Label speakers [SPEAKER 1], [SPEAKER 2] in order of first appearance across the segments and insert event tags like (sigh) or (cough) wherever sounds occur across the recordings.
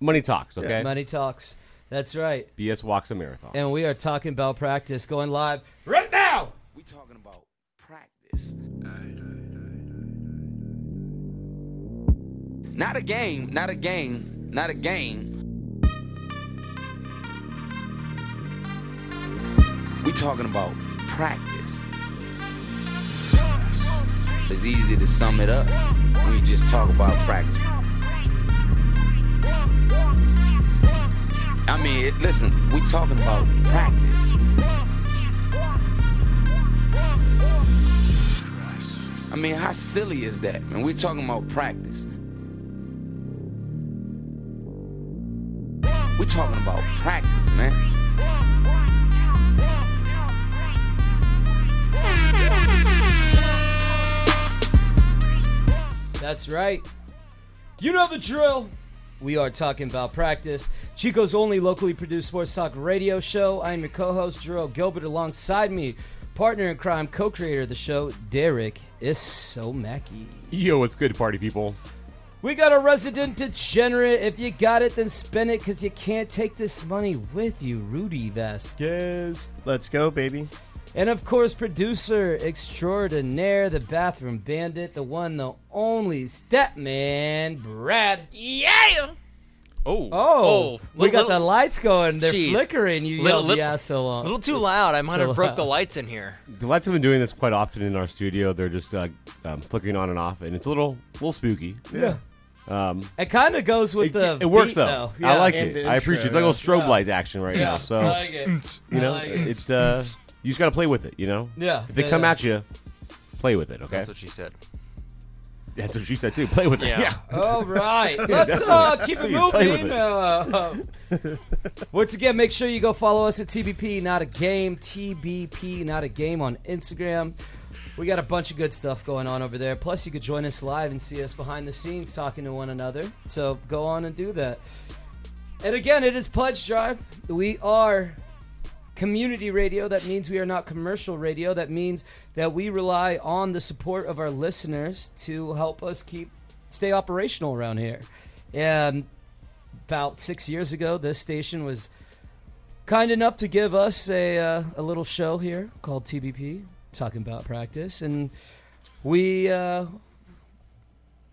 [SPEAKER 1] Money talks, okay?
[SPEAKER 2] Money talks. That's right.
[SPEAKER 1] BS walks a marathon.
[SPEAKER 2] And we are talking about practice going live right now.
[SPEAKER 3] We talking about practice. Not a game, not a game, not a game. We talking about practice. It's easy to sum it up when you just talk about practice. I mean, it, listen, we talking about practice. I mean, how silly is that, man? we talking about practice. we talking about practice, man.
[SPEAKER 2] That's right. You know the drill. We are talking about practice. Chico's only locally produced sports talk radio show. I am your co host, Jarrell Gilbert. Alongside me, partner in crime, co creator of the show, Derek Isomaki.
[SPEAKER 1] Yo, what's good, party people?
[SPEAKER 2] We got a resident degenerate. If you got it, then spend it because you can't take this money with you, Rudy Vasquez.
[SPEAKER 4] Let's go, baby.
[SPEAKER 2] And of course, producer extraordinaire, the bathroom bandit, the one, the only stepman, Brad.
[SPEAKER 5] Yeah. Oh.
[SPEAKER 2] Oh, we
[SPEAKER 5] Little-
[SPEAKER 2] got the
[SPEAKER 5] little-
[SPEAKER 2] lights going. They're
[SPEAKER 5] Jeez.
[SPEAKER 2] flickering. You
[SPEAKER 5] Little-
[SPEAKER 2] yelled
[SPEAKER 5] little-
[SPEAKER 2] yeah so long.
[SPEAKER 5] little too loud. I might
[SPEAKER 2] So
[SPEAKER 5] have broke the
[SPEAKER 2] loud.
[SPEAKER 5] lights in here.
[SPEAKER 1] The lights have been doing this quite often in our studio. They're just uh, um, flickering on and off, and it's a little, little spooky.
[SPEAKER 4] Yeah.
[SPEAKER 1] Um,
[SPEAKER 2] It kind of goes with
[SPEAKER 1] it,
[SPEAKER 2] the.
[SPEAKER 1] it works
[SPEAKER 2] beat,
[SPEAKER 1] though.
[SPEAKER 2] Yeah.
[SPEAKER 1] I like
[SPEAKER 4] And
[SPEAKER 1] it.
[SPEAKER 4] the
[SPEAKER 1] I appreciate it. It's
[SPEAKER 4] intro,
[SPEAKER 1] like a little strobe light action right now. So
[SPEAKER 2] I like it.
[SPEAKER 1] you know,
[SPEAKER 2] like it.
[SPEAKER 1] it's uh, you just got to play with it. You know,
[SPEAKER 2] Yeah.
[SPEAKER 1] If they
[SPEAKER 2] Yeah,
[SPEAKER 1] come
[SPEAKER 2] yeah.
[SPEAKER 1] at you, play with it. Okay,
[SPEAKER 5] That's what she said.
[SPEAKER 1] That's what she said too. Play with it.
[SPEAKER 5] Yeah.
[SPEAKER 1] Yeah.
[SPEAKER 2] (laughs) All right, let's uh, keep
[SPEAKER 1] (laughs)
[SPEAKER 2] it
[SPEAKER 1] You play with it.
[SPEAKER 2] moving. Uh, once again, make sure you go follow us at TBP Not a Game, TBP Not a Game on Instagram. We got a bunch of good stuff going on over there. Plus, you could join us live and see us behind the scenes talking to one another. So go on and do that. And again, it is Pledge Drive. We are community radio. That means we are not commercial radio. That means that we rely on the support of our listeners to help us keep stay operational around here. And about six years ago, this station was kind enough to give us a uh, a little show here called TBP, talking about practice, and we uh,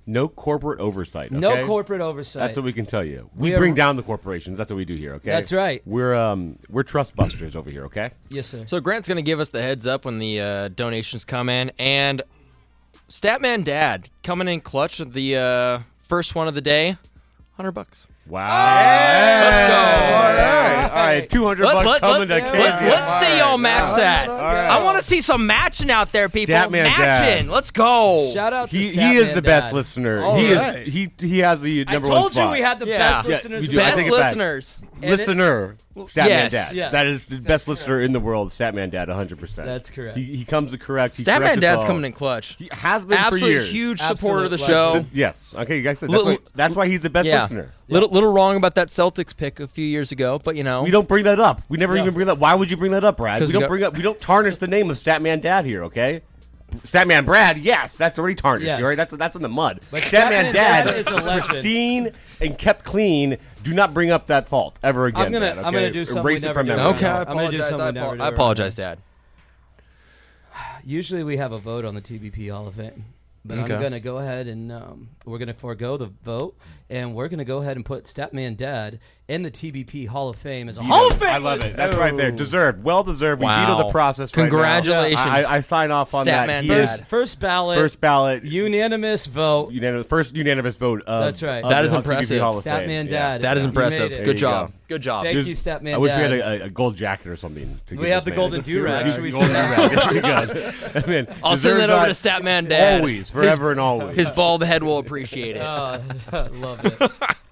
[SPEAKER 1] No corporate oversight.
[SPEAKER 2] no
[SPEAKER 1] okay?
[SPEAKER 2] corporate oversight.
[SPEAKER 1] That's what we can tell you. We,
[SPEAKER 2] We are-
[SPEAKER 1] bring down the corporations. That's what we do here. Okay.
[SPEAKER 2] That's right.
[SPEAKER 1] We're um we're trust busters over here. Okay.
[SPEAKER 2] yes, sir.
[SPEAKER 5] So Grant's gonna give us the heads up when the uh, donations come in, and Statman Dad coming in clutch with the uh, first one of the day, hundred bucks.
[SPEAKER 1] Wow. Let's go. All right. All right. Two hundred bucks
[SPEAKER 5] Let,
[SPEAKER 1] coming
[SPEAKER 5] us
[SPEAKER 1] to
[SPEAKER 5] let,
[SPEAKER 1] KPI.
[SPEAKER 5] let's see y'all match that.
[SPEAKER 1] All right.
[SPEAKER 5] I want to see some matching out there, people.
[SPEAKER 1] Statman Dad.
[SPEAKER 5] matching. Let's go.
[SPEAKER 2] Shout out to
[SPEAKER 1] He, he
[SPEAKER 2] Statman
[SPEAKER 1] is the best
[SPEAKER 2] Dad.
[SPEAKER 1] listener.
[SPEAKER 4] All
[SPEAKER 1] he
[SPEAKER 4] right.
[SPEAKER 1] is he he has the
[SPEAKER 2] I
[SPEAKER 1] number one
[SPEAKER 2] told you
[SPEAKER 1] spot.
[SPEAKER 2] we had the
[SPEAKER 5] Yeah.
[SPEAKER 2] best
[SPEAKER 1] Yeah,
[SPEAKER 2] listeners.
[SPEAKER 1] you
[SPEAKER 2] in
[SPEAKER 1] do. I
[SPEAKER 2] the
[SPEAKER 5] Best
[SPEAKER 1] take it
[SPEAKER 2] world.
[SPEAKER 1] back.
[SPEAKER 5] listeners.
[SPEAKER 2] And it-
[SPEAKER 1] listener, Statman
[SPEAKER 5] Yes.
[SPEAKER 1] Dad.
[SPEAKER 2] Yeah.
[SPEAKER 1] That is the best listener in the world, Statman Dad, 100%.
[SPEAKER 2] That's correct.
[SPEAKER 1] He, he comes to correct. He corrects
[SPEAKER 5] Statman
[SPEAKER 1] us
[SPEAKER 5] Dad's
[SPEAKER 1] all.
[SPEAKER 5] coming in clutch.
[SPEAKER 1] He has been for
[SPEAKER 5] Absolute
[SPEAKER 1] years.
[SPEAKER 5] huge
[SPEAKER 2] Absolute
[SPEAKER 5] supporter of the
[SPEAKER 2] legend.
[SPEAKER 5] show.
[SPEAKER 1] So- yes. Okay, guys. That's,
[SPEAKER 5] Little-
[SPEAKER 1] why, that's why he's the best
[SPEAKER 5] yeah.
[SPEAKER 1] listener.
[SPEAKER 5] Little little wrong about that Celtics pick a few years ago, but you know.
[SPEAKER 1] We don't bring that up. We never
[SPEAKER 2] Yeah.
[SPEAKER 1] even bring that. Why would you bring that up, Brad? We
[SPEAKER 5] 'Cause we
[SPEAKER 1] don't
[SPEAKER 5] got-
[SPEAKER 1] bring up. We don't tarnish the name of Statman Dad here. Okay. Statman Brad, yes, that's already tarnished.
[SPEAKER 2] Yes.
[SPEAKER 1] All right, that's that's in the mud.
[SPEAKER 2] But
[SPEAKER 1] Statman Dad,
[SPEAKER 2] Statman Dad is a legend.
[SPEAKER 1] pristine and kept clean. Do not bring up that fault ever again.
[SPEAKER 2] gonna-
[SPEAKER 1] Dad,
[SPEAKER 2] I'm
[SPEAKER 1] okay?
[SPEAKER 2] gonna do something we
[SPEAKER 1] Erase it
[SPEAKER 2] never
[SPEAKER 1] from
[SPEAKER 2] do.
[SPEAKER 1] memory.
[SPEAKER 5] Okay, I
[SPEAKER 2] I'm gonna do
[SPEAKER 5] apologize.
[SPEAKER 2] something
[SPEAKER 5] I,
[SPEAKER 2] we never
[SPEAKER 5] apo-
[SPEAKER 2] do
[SPEAKER 5] I
[SPEAKER 2] right
[SPEAKER 5] apologize, Dad.
[SPEAKER 2] Usually we have a vote on the TBP Hall of Fame, but I'm
[SPEAKER 5] Okay.
[SPEAKER 2] going to go ahead and um, we're going to forego the vote, and we're going to go ahead and put Stepman Dad in the TBP Hall of Fame as a Hall of Fame.
[SPEAKER 1] I love it. That's right there. Deserved. Well deserved. We
[SPEAKER 5] Wow.
[SPEAKER 1] veto the process. right now.
[SPEAKER 5] Congratulations.
[SPEAKER 1] I, I- I sign off on that.
[SPEAKER 5] Statman
[SPEAKER 1] He is
[SPEAKER 5] Brad.
[SPEAKER 2] First ballot,
[SPEAKER 1] first ballot.
[SPEAKER 2] unanimous vote.
[SPEAKER 1] Unanimous, first unanimous vote. Of,
[SPEAKER 2] That's right.
[SPEAKER 1] of
[SPEAKER 2] That
[SPEAKER 1] the
[SPEAKER 5] is
[SPEAKER 1] Hall- TBP
[SPEAKER 5] impressive.
[SPEAKER 1] Hall of Fame. Yeah.
[SPEAKER 2] Statman Dad.
[SPEAKER 5] That is
[SPEAKER 2] You made
[SPEAKER 5] impressive.
[SPEAKER 2] it.
[SPEAKER 1] There
[SPEAKER 5] Good
[SPEAKER 1] you
[SPEAKER 5] job.
[SPEAKER 1] go.
[SPEAKER 5] Good job.
[SPEAKER 2] Thank
[SPEAKER 1] There's-
[SPEAKER 2] you, Statman
[SPEAKER 1] I wish
[SPEAKER 2] Dad.
[SPEAKER 1] we had a, a, a gold jacket or something. To
[SPEAKER 2] uh, We
[SPEAKER 1] give this
[SPEAKER 2] have the
[SPEAKER 1] man. (laughs)
[SPEAKER 2] golden do-rag. Should we send
[SPEAKER 1] do-rag.
[SPEAKER 2] (laughs)
[SPEAKER 1] Pretty good. (laughs) I mean,
[SPEAKER 5] I'll send
[SPEAKER 1] deserves
[SPEAKER 5] that over to
[SPEAKER 1] that
[SPEAKER 5] Statman Dad.
[SPEAKER 1] Always, forever and always.
[SPEAKER 5] His bald head will appreciate it.
[SPEAKER 2] Uh, (laughs) love
[SPEAKER 1] (laughs)
[SPEAKER 2] it.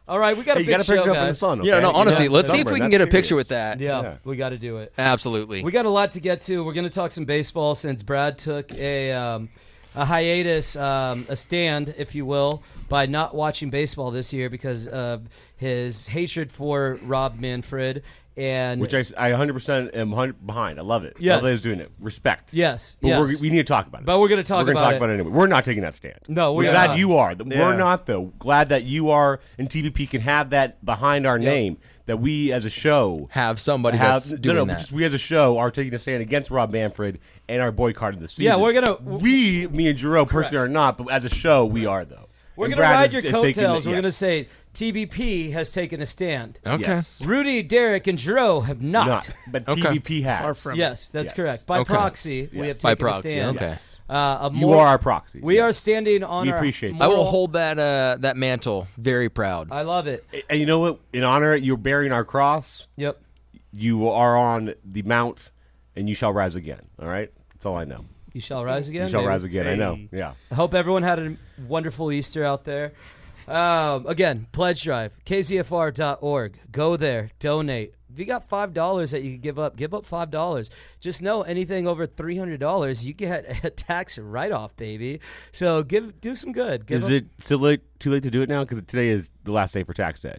[SPEAKER 2] All right, we got
[SPEAKER 1] Hey,
[SPEAKER 2] a
[SPEAKER 1] you
[SPEAKER 2] big
[SPEAKER 1] got to
[SPEAKER 2] show,
[SPEAKER 1] picture up
[SPEAKER 2] guys.
[SPEAKER 1] in the sun.
[SPEAKER 5] yeah,
[SPEAKER 1] okay?
[SPEAKER 5] no,
[SPEAKER 1] You
[SPEAKER 5] honestly,
[SPEAKER 1] know,
[SPEAKER 5] let's see if
[SPEAKER 1] summer,
[SPEAKER 5] we can
[SPEAKER 1] that's
[SPEAKER 5] get a picture
[SPEAKER 1] serious.
[SPEAKER 5] with that.
[SPEAKER 2] Yeah,
[SPEAKER 1] Yeah.
[SPEAKER 2] we got to do it.
[SPEAKER 5] Absolutely.
[SPEAKER 2] We got a lot to get to. We're going to talk some baseball since Brad took a um, a hiatus, um, a stand, if you will, by not watching baseball this year because of his hatred for Rob Manfred and
[SPEAKER 1] Which I, s- I 100% am 100 behind. I love it.
[SPEAKER 2] Yes.
[SPEAKER 1] Love that he's doing it. Respect.
[SPEAKER 2] yes,
[SPEAKER 1] But
[SPEAKER 2] yes.
[SPEAKER 1] We're, we need to talk about it.
[SPEAKER 2] But we're gonna talk
[SPEAKER 1] we're gonna
[SPEAKER 2] about
[SPEAKER 1] talk
[SPEAKER 2] it.
[SPEAKER 1] about it anyway. We're not taking that stand.
[SPEAKER 2] No, we
[SPEAKER 1] we're
[SPEAKER 2] are
[SPEAKER 1] glad
[SPEAKER 2] not.
[SPEAKER 1] you are. Th-
[SPEAKER 4] Yeah.
[SPEAKER 1] We're not though. Glad that you are, and TVP can have that behind our name. That we as a show
[SPEAKER 5] Have somebody
[SPEAKER 1] have
[SPEAKER 5] that's doing
[SPEAKER 1] no, no,
[SPEAKER 5] that.
[SPEAKER 1] Just we as a show are taking a stand against Rob Manfred and are boycotting the season.
[SPEAKER 2] Yeah, we're gonna-
[SPEAKER 1] we me and Jerome personally are not, but as a show we are though.
[SPEAKER 2] We're
[SPEAKER 1] And
[SPEAKER 2] gonna
[SPEAKER 1] Brad
[SPEAKER 2] ride
[SPEAKER 1] is-
[SPEAKER 2] your
[SPEAKER 1] is taking the-
[SPEAKER 2] coattails. We're
[SPEAKER 1] yes.
[SPEAKER 2] gonna say TBP has taken a stand.
[SPEAKER 5] Okay.
[SPEAKER 1] Yes.
[SPEAKER 2] Rudy, Derek, and Jero have not.
[SPEAKER 1] Not, but
[SPEAKER 5] Okay.
[SPEAKER 1] TVP has.
[SPEAKER 4] Far from it.
[SPEAKER 2] Yes, that's
[SPEAKER 1] Yes.
[SPEAKER 2] correct. By
[SPEAKER 5] Okay.
[SPEAKER 2] proxy, we have
[SPEAKER 1] Yes.
[SPEAKER 2] taken
[SPEAKER 5] By
[SPEAKER 2] a
[SPEAKER 5] proxy,
[SPEAKER 2] stand.
[SPEAKER 5] okay.
[SPEAKER 1] Yes.
[SPEAKER 2] Uh, a
[SPEAKER 1] You
[SPEAKER 2] more-
[SPEAKER 1] are our proxy.
[SPEAKER 2] We are
[SPEAKER 1] Yes.
[SPEAKER 2] standing on.
[SPEAKER 1] We
[SPEAKER 2] our
[SPEAKER 1] appreciate that.
[SPEAKER 5] I will
[SPEAKER 2] moral-
[SPEAKER 5] hold that uh, that mantle very proud.
[SPEAKER 2] I love it.
[SPEAKER 1] And you know what? In honor, you're bearing our cross.
[SPEAKER 2] Yep.
[SPEAKER 1] you are on the mount and you shall rise again. All right? That's all I know.
[SPEAKER 2] You shall rise again.
[SPEAKER 1] You shall
[SPEAKER 2] baby.
[SPEAKER 1] rise again. I know. Yeah.
[SPEAKER 2] I hope everyone had a wonderful Easter out there. Um, again, pledge drive, kzfr.org. Go there, donate. If you got five dollars that you could give up, give up five dollars. Just know anything over three hundred dollars, you get a (laughs) tax write off, baby. So give do some good. Give
[SPEAKER 1] Is
[SPEAKER 2] 'em-
[SPEAKER 1] it still late, too late to do it now? Because today is the last day for tax day.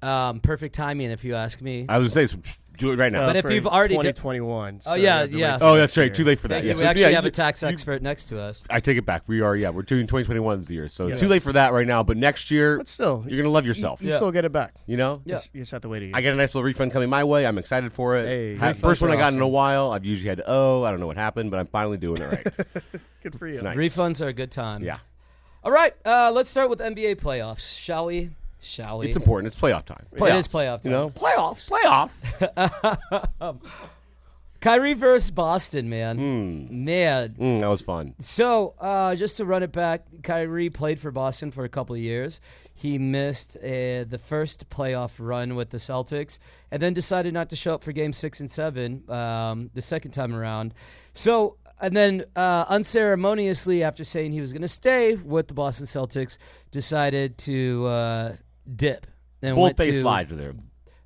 [SPEAKER 2] um, perfect timing if you ask me.
[SPEAKER 1] I was going to say, so do it right now.
[SPEAKER 2] But if
[SPEAKER 4] Uh, for
[SPEAKER 2] you've already di-
[SPEAKER 4] 2021. so
[SPEAKER 2] yeah,
[SPEAKER 4] you have to
[SPEAKER 2] yeah.
[SPEAKER 4] wait till
[SPEAKER 1] oh,
[SPEAKER 4] next
[SPEAKER 1] that's right.
[SPEAKER 4] year.
[SPEAKER 1] Too late for that.
[SPEAKER 2] Thank
[SPEAKER 1] Yeah.
[SPEAKER 2] you.
[SPEAKER 1] so-
[SPEAKER 2] we actually
[SPEAKER 1] yeah,
[SPEAKER 2] have
[SPEAKER 1] you-
[SPEAKER 2] a tax
[SPEAKER 1] you-
[SPEAKER 2] expert next to us.
[SPEAKER 1] I take it back. We are, yeah, we're doing 2021's the year. So it's too late for that right now. But next year,
[SPEAKER 4] But still,
[SPEAKER 1] you're going to love yourself.
[SPEAKER 4] You
[SPEAKER 1] You,
[SPEAKER 4] still get it back.
[SPEAKER 1] know?
[SPEAKER 2] Yeah.
[SPEAKER 4] You just have to wait a year.
[SPEAKER 1] I got a nice little refund coming my way. I'm excited for it.
[SPEAKER 4] Hey,
[SPEAKER 1] Ha-
[SPEAKER 4] refunds
[SPEAKER 1] first one
[SPEAKER 4] are
[SPEAKER 1] I got in a
[SPEAKER 4] awesome.
[SPEAKER 1] while. I've usually had to owe. I don't know what happened, but I'm finally doing it
[SPEAKER 2] (laughs)
[SPEAKER 1] right.
[SPEAKER 4] Good for you.
[SPEAKER 1] nice.
[SPEAKER 2] Refunds are a good time.
[SPEAKER 1] yeah.
[SPEAKER 2] All right. Uh, let's start with NBA playoffs, shall we? Shall we?
[SPEAKER 1] It's important. It's playoff time.
[SPEAKER 2] It is playoff time.
[SPEAKER 1] You know?
[SPEAKER 2] Playoffs. (laughs)
[SPEAKER 1] Playoffs.
[SPEAKER 2] Kyrie versus Boston, man. Man.
[SPEAKER 1] Mm, that was fun.
[SPEAKER 2] So, uh, just to run it back, Kyrie played for Boston for a couple of years. He missed uh, the first playoff run with the Celtics and then decided not to show up for game six and seven um, the second time around. So, and then uh, unceremoniously, after saying he was going to stay with the Boston Celtics, decided to uh, dip. And
[SPEAKER 1] Bold
[SPEAKER 2] went
[SPEAKER 1] face
[SPEAKER 2] to-
[SPEAKER 1] lied to their.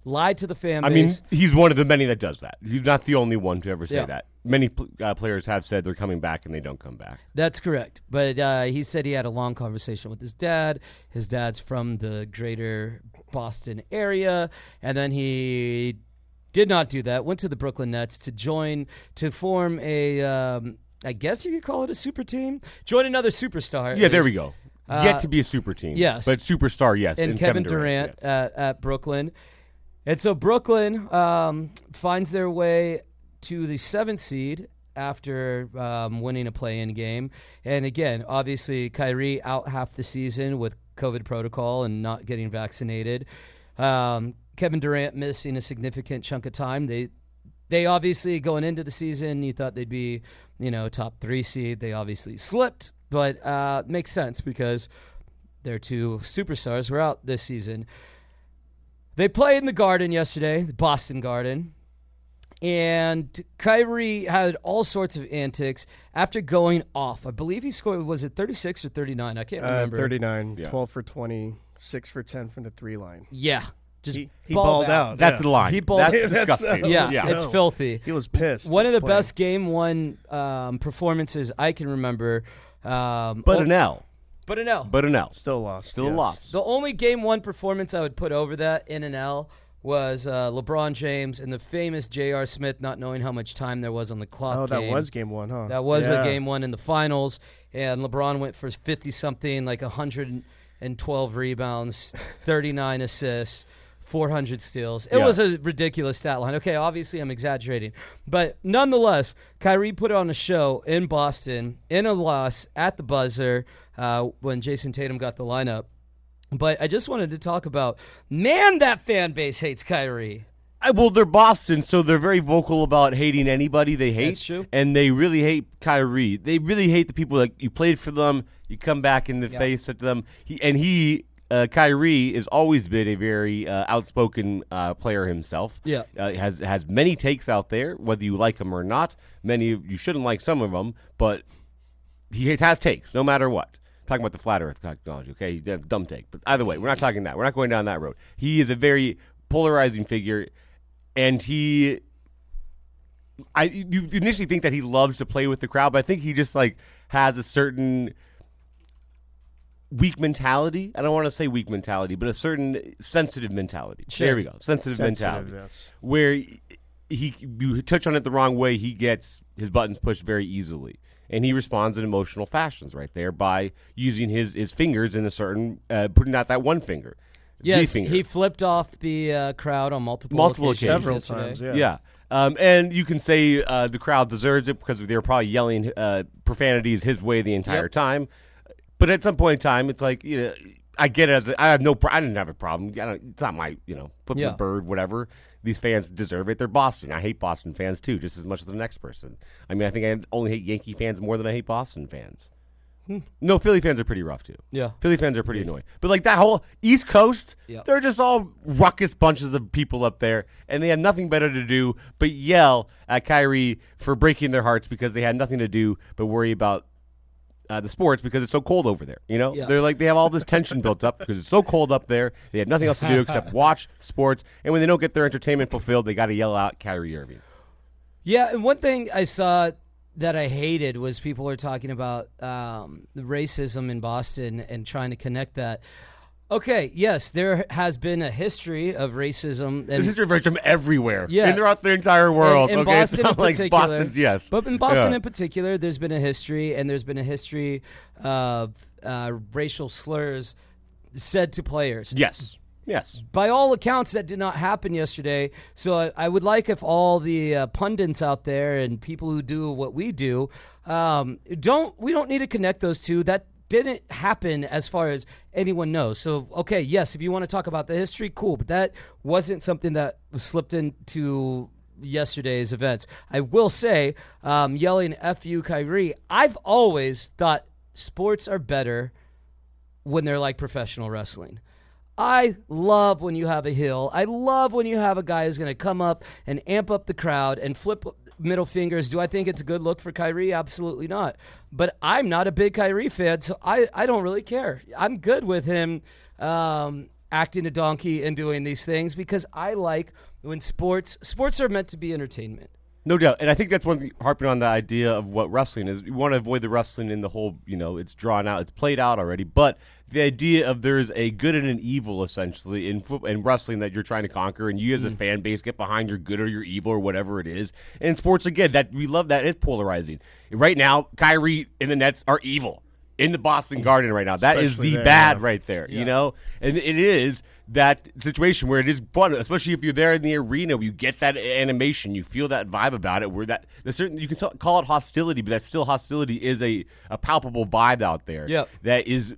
[SPEAKER 2] Lied to the fan
[SPEAKER 1] I mean,
[SPEAKER 2] base.
[SPEAKER 1] he's one of the many that does that. He's not the only one to ever say
[SPEAKER 2] Yeah.
[SPEAKER 1] that. Many pl- uh, players have said they're coming back and they don't come back.
[SPEAKER 2] That's correct. But uh, he said he had a long conversation with his dad. His dad's from the greater Boston area. And then he did not do that, went to the Brooklyn Nets to join, to form a. Um, I guess you could call it a super team. Join another superstar. at
[SPEAKER 1] Yeah, there we
[SPEAKER 2] least.
[SPEAKER 1] go. Yet to be a super team.
[SPEAKER 2] yes.
[SPEAKER 1] But superstar, yes.
[SPEAKER 2] and, Kevin, Durant,
[SPEAKER 1] yes.
[SPEAKER 2] at, at Brooklyn. And so Brooklyn um, finds their way to the seventh seed after um, winning a play-in game. And again, obviously Kyrie out half the season with COVID protocol and not getting vaccinated. Um, Kevin Durant missing a significant chunk of time. They they obviously going into the season, you thought they'd be, you know, top three seed. They obviously slipped, but uh, makes sense because their two superstars were out this season. They played in the Garden yesterday, the Boston Garden, and Kyrie had all sorts of antics after going off. I believe he scored was it 36 or 39? I can't
[SPEAKER 4] Uh,
[SPEAKER 2] remember.
[SPEAKER 4] 39,
[SPEAKER 1] Yeah.
[SPEAKER 4] 12 for 20, 6 for 10 from the three line.
[SPEAKER 2] Yeah, just
[SPEAKER 4] He, he
[SPEAKER 2] balled
[SPEAKER 4] balled out.
[SPEAKER 1] That's
[SPEAKER 4] yeah.
[SPEAKER 1] the line.
[SPEAKER 2] He
[SPEAKER 1] (laughs)
[SPEAKER 2] balled-
[SPEAKER 1] That's
[SPEAKER 4] That's-
[SPEAKER 1] disgusting.
[SPEAKER 4] uh,
[SPEAKER 2] Yeah,
[SPEAKER 4] Yeah.
[SPEAKER 2] it's
[SPEAKER 4] No.
[SPEAKER 2] filthy.
[SPEAKER 4] He was pissed.
[SPEAKER 2] One of the
[SPEAKER 4] playing.
[SPEAKER 2] best game one um, performances I can remember. Um,
[SPEAKER 1] But
[SPEAKER 2] oh,
[SPEAKER 1] an L.
[SPEAKER 2] but an L.
[SPEAKER 1] But an L.
[SPEAKER 4] Still lost.
[SPEAKER 1] Still a
[SPEAKER 4] yes.
[SPEAKER 1] loss.
[SPEAKER 2] The only game one performance I would put over that in an L was uh, LeBron James and the famous J.R. Smith not knowing how much time there was on the clock.
[SPEAKER 4] Oh, that
[SPEAKER 2] game.
[SPEAKER 4] was game one, huh?
[SPEAKER 2] that was
[SPEAKER 4] yeah.
[SPEAKER 2] a game one in the finals, and LeBron went for fifty something, like hundred and twelve
[SPEAKER 1] (laughs)
[SPEAKER 2] rebounds, thirty nine assists. 400 steals. It
[SPEAKER 1] Yeah.
[SPEAKER 2] was a ridiculous stat line. Okay, obviously I'm exaggerating, but nonetheless, Kyrie put on a show in Boston in a loss at the buzzer uh, when Jason Tatum got the lineup. But I just wanted to talk about man, that fan base hates Kyrie.
[SPEAKER 1] I- well, they're Boston, so they're very vocal about hating anybody they hate.
[SPEAKER 2] That's true.
[SPEAKER 1] And they really hate Kyrie. They really hate the people that you played for them. You come back in the face at them. He, and he, uh, Kyrie, has always been a very uh, outspoken uh, player himself.
[SPEAKER 2] Yeah.
[SPEAKER 1] uh, has has many takes out there, whether you like them or not. Many of- you shouldn't like some of them, but he has takes no matter what. Talking about the flat Earth technology, okay, You have dumb take. But either way, we're not talking that. We're not going down that road. He is a very polarizing figure, and he, I you initially think that he loves to play with the crowd, but I think he just like has a certain weak mentality. I don't want to say weak mentality, but a certain sensitive mentality.
[SPEAKER 2] Sure.
[SPEAKER 1] There we go. Sensitive, mentality.
[SPEAKER 4] Sensitiveness.
[SPEAKER 1] Where he, you touch on it the wrong way, he gets his buttons pushed very easily. And he responds in emotional fashions right there by using his, his fingers in a certain, uh, putting out that one finger. the
[SPEAKER 2] Yes,
[SPEAKER 1] finger.
[SPEAKER 2] he flipped off the uh, crowd on multiple
[SPEAKER 1] Multiple
[SPEAKER 2] occasions
[SPEAKER 1] occasions.
[SPEAKER 4] Several
[SPEAKER 2] yesterday.
[SPEAKER 4] times,
[SPEAKER 1] Yeah.
[SPEAKER 4] yeah.
[SPEAKER 1] Um, and you can say uh, the crowd deserves it because they were probably yelling uh, profanities his way the entire
[SPEAKER 2] Yep.
[SPEAKER 1] time. But at some point in time, it's like, you know, I get it. As a, I have no, pro- I didn't have a problem. I don't, it's not my, you know, flipping
[SPEAKER 2] Yeah.
[SPEAKER 1] the bird, whatever. These fans deserve it. They're Boston. I hate Boston fans too, just as much as the next person. I mean, I think I only hate Yankee fans more than I hate Boston fans. No, Philly fans are pretty rough too.
[SPEAKER 2] Hmm. Yeah.
[SPEAKER 1] Philly fans are pretty annoying. But like that whole East Coast,
[SPEAKER 2] Yeah.
[SPEAKER 1] they're just all ruckus bunches of people up there, and they have nothing better to do but yell at Kyrie for breaking their hearts because they had nothing to do but worry about uh, the sports because it's so cold over there. You know,
[SPEAKER 2] Yeah.
[SPEAKER 1] they're like they have all this
[SPEAKER 2] (laughs)
[SPEAKER 1] tension built up because it's so cold up there. They have nothing else to do except watch sports, and when they don't get their entertainment fulfilled, they got to yell out Kyrie Irving.
[SPEAKER 2] Yeah, and one thing I saw that I hated was people were talking about um, the racism in Boston and trying to connect that. Okay, yes, there has been a history of racism and
[SPEAKER 1] This is reversed from everywhere,
[SPEAKER 2] Yeah.
[SPEAKER 1] and throughout the entire world.
[SPEAKER 2] In, in
[SPEAKER 1] okay, (laughs)
[SPEAKER 2] Boston,
[SPEAKER 1] it's not
[SPEAKER 2] in
[SPEAKER 1] like
[SPEAKER 2] particular,
[SPEAKER 1] Boston's yes,
[SPEAKER 2] But in Boston,
[SPEAKER 1] Yeah.
[SPEAKER 2] in particular, there's been a history, and there's been a history of uh, racial slurs said to players.
[SPEAKER 1] yes, yes.
[SPEAKER 2] By all accounts, that did not happen yesterday. So I, I would like if all the uh, pundits out there and people who do what we do um, don't. We don't need to connect those two. That didn't happen as far as anyone knows. So okay, yes, if you want to talk about the history, cool. But that wasn't something that was slipped into yesterday's events. I will say, um, yelling "F you, Kyrie." I've always thought sports are better when they're like professional wrestling. I love when you have a heel. I love when you have a guy who's going to come up and amp up the crowd and flip middle fingers. Do I think it's a good look for Kyrie? Absolutely not. But I'm not a big Kyrie fan, so I, I don't really care. I'm good with him um, acting a donkey and doing these things because I like when sports sports are meant to be entertainment.
[SPEAKER 1] No doubt, and I think that's one thing, harping on the idea of what wrestling is. You want to avoid the wrestling in the whole, you know, it's drawn out, it's played out already. But the idea of there's a good and an evil essentially in fo- in wrestling that you're trying to conquer, and you as a
[SPEAKER 4] Mm.
[SPEAKER 1] fan base get behind your good or your evil or whatever it is. And in sports again, that we love that it's polarizing. Right now, Kyrie and the Nets are evil in the Boston Garden right now. That is
[SPEAKER 4] Especially
[SPEAKER 1] the
[SPEAKER 4] there,
[SPEAKER 1] bad
[SPEAKER 4] yeah.
[SPEAKER 1] right there, you know? And it is that situation where it is fun, especially if you're there in the arena, you get that animation, you feel that vibe about it, where that, the certain, you can so- call it hostility, but that still hostility is a, a palpable vibe out there
[SPEAKER 2] Yep.
[SPEAKER 1] that is,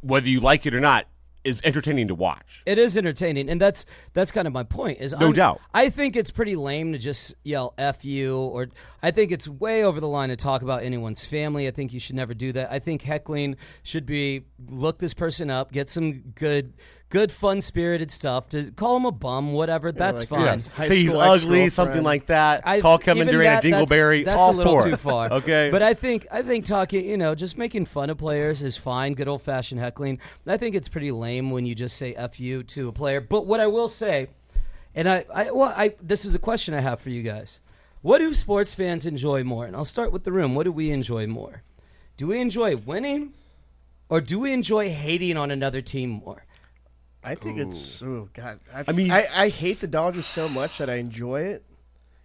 [SPEAKER 1] whether you like it or not, is entertaining to watch.
[SPEAKER 2] It is entertaining, and that's that's kind of my point. Is no
[SPEAKER 1] doubt.
[SPEAKER 2] I think it's pretty lame to just yell "f you," or I think it's way over the line to talk about anyone's family. I think you should never do that. I think heckling should be look this person up, get some good, good, fun spirited stuff to call him a bum, whatever. that's
[SPEAKER 4] like,
[SPEAKER 2] fine.
[SPEAKER 4] yes. High
[SPEAKER 1] Say he's
[SPEAKER 4] school
[SPEAKER 1] ugly,
[SPEAKER 4] ex-girlfriend.
[SPEAKER 1] something like that.
[SPEAKER 2] I-
[SPEAKER 1] Call Kevin
[SPEAKER 2] even
[SPEAKER 1] Durant a
[SPEAKER 2] that- that's-
[SPEAKER 1] Dingleberry.
[SPEAKER 2] That's,
[SPEAKER 1] all
[SPEAKER 2] a little
[SPEAKER 1] for it.
[SPEAKER 2] too
[SPEAKER 1] (laughs)
[SPEAKER 2] far.
[SPEAKER 1] okay,
[SPEAKER 2] but I think I think talking, you know, just making fun of players is fine. Good old fashioned heckling. And I think it's pretty lame when you just say "f you" to a player. But what I will say, and I, I well, I this is a question I have for you guys. What do sports fans enjoy more? And I'll start with the room. What do we enjoy more? Do we enjoy winning, or do we enjoy hating on another team more?
[SPEAKER 4] I think it's oh god. I,
[SPEAKER 1] mean-
[SPEAKER 4] mean, I, I hate the Dodgers so much that I enjoy it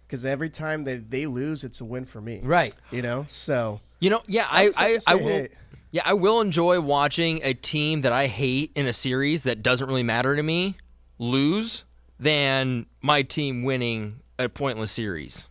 [SPEAKER 4] because every time they, they lose, it's a win for me.
[SPEAKER 2] Right.
[SPEAKER 4] You know. So
[SPEAKER 5] You know, yeah, I,
[SPEAKER 4] was
[SPEAKER 5] I,
[SPEAKER 4] gonna
[SPEAKER 5] I
[SPEAKER 4] say,
[SPEAKER 5] will.
[SPEAKER 4] hey.
[SPEAKER 5] Yeah, I will enjoy watching a team that I hate in a series that doesn't really matter to me lose than my team winning a pointless series.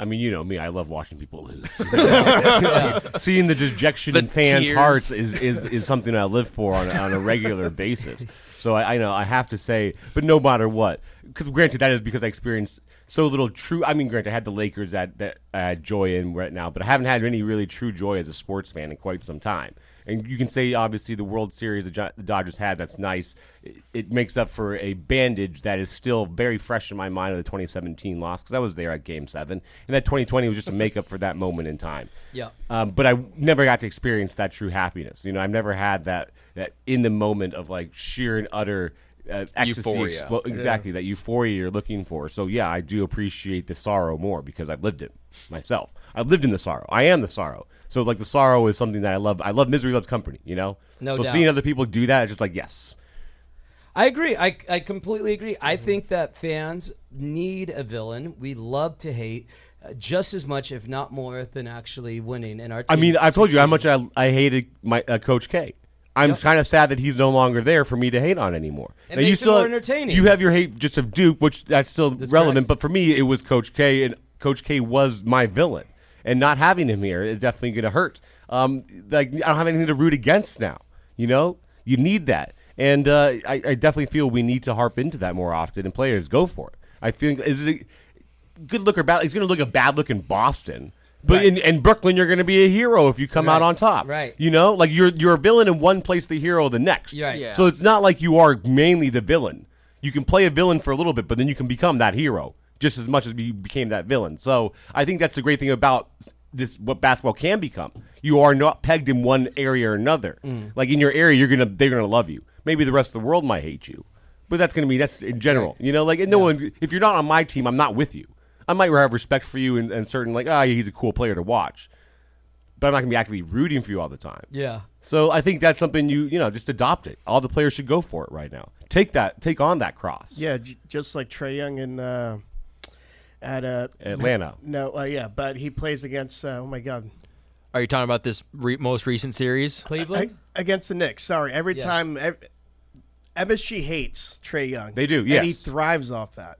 [SPEAKER 1] I mean, you know me. I love watching people lose.
[SPEAKER 2] (laughs)
[SPEAKER 1] (laughs) Seeing the dejection in
[SPEAKER 5] The
[SPEAKER 1] fans'
[SPEAKER 5] tears.
[SPEAKER 1] hearts is, is, is something I live for on, on a regular basis. So I, I know I have to say, but no matter what, because granted that is because I experienced so little true. I mean, granted I had the Lakers that that I had joy in right now, but I haven't had any really true joy as a sports fan in quite some time. And you can say obviously the World Series the Jo- the Dodgers had that's nice. It, it makes up for a bandage that is still very fresh in my mind of the 2017 loss because I was there at Game Seven, and that 2020 was just a makeup for that moment in time.
[SPEAKER 2] Yeah.
[SPEAKER 1] Um, but I never got to experience that true happiness. You know, I've never had that that in the moment of like sheer and utter uh, ecstasy
[SPEAKER 5] Euphoria.
[SPEAKER 1] explo- exactly that euphoria you're looking for. So yeah, I do appreciate the sorrow more because I've lived it myself. I've lived in the sorrow. I am the sorrow. So like the sorrow is something that I love. I love misery loves company. You know.
[SPEAKER 2] No
[SPEAKER 1] so
[SPEAKER 2] doubt.
[SPEAKER 1] seeing other people do that, it's just like yes,
[SPEAKER 2] I agree. I, I completely agree. I think that fans need a villain. We love to hate uh, just as much, if not more, than actually winning. And our
[SPEAKER 1] I
[SPEAKER 2] team
[SPEAKER 1] mean, I've told you how much
[SPEAKER 2] succeeding.
[SPEAKER 1] I, I hated my uh, Coach K. I'm kind of sad that he's no longer there for me to hate on anymore.
[SPEAKER 2] It makes
[SPEAKER 1] you
[SPEAKER 2] it more entertaining.
[SPEAKER 1] You have your hate just of Duke, which that's still relevant.
[SPEAKER 2] correct.
[SPEAKER 1] But for me, it was Coach K, and Coach K was my villain. And not having him here is definitely going to hurt. Um, like I don't have anything to root against now. You know, you need that, and uh, I, I definitely feel we need to harp into that more often. And players go for it. I feel is it good look or bad. He's going to look a bad look in Boston, but in, in Brooklyn, you're going to be a hero if you come out
[SPEAKER 2] Right.
[SPEAKER 1] on top.
[SPEAKER 2] Right.
[SPEAKER 1] You know, like you're you're a villain in one place, the hero the next.
[SPEAKER 2] You're right.
[SPEAKER 5] Yeah.
[SPEAKER 1] So it's not like you are mainly the villain. You can play a villain for a little bit, but then you can become that hero just as much as you became that villain. So I think that's the great thing about this what basketball can become. You are not pegged in one area or another.
[SPEAKER 2] Mm.
[SPEAKER 1] Like in your area, you're gonna they're gonna love you. Maybe the rest of the world might hate you, but that's gonna be that's in general. You know, like and no one if you're not on my team, I'm not with you. I might have respect for you and, and certain like ah he's a cool player to watch, but I'm not gonna be actively rooting for you all the time.
[SPEAKER 2] Yeah.
[SPEAKER 1] So I think that's something you you know just adopt it. All the players should go for it right now. Take that, take on that cross.
[SPEAKER 4] Yeah, j- just like Trey Young and uh, at uh,
[SPEAKER 1] Atlanta.
[SPEAKER 4] No, uh, yeah, but he plays against. Uh, oh my God,
[SPEAKER 5] Are you talking about this re- most recent series?
[SPEAKER 2] Cleveland?
[SPEAKER 4] A- against the Knicks. Sorry, every
[SPEAKER 2] Yes.
[SPEAKER 4] time ev MSG hates Trey Young.
[SPEAKER 1] They do,
[SPEAKER 4] and he
[SPEAKER 1] yes.
[SPEAKER 4] thrives off that.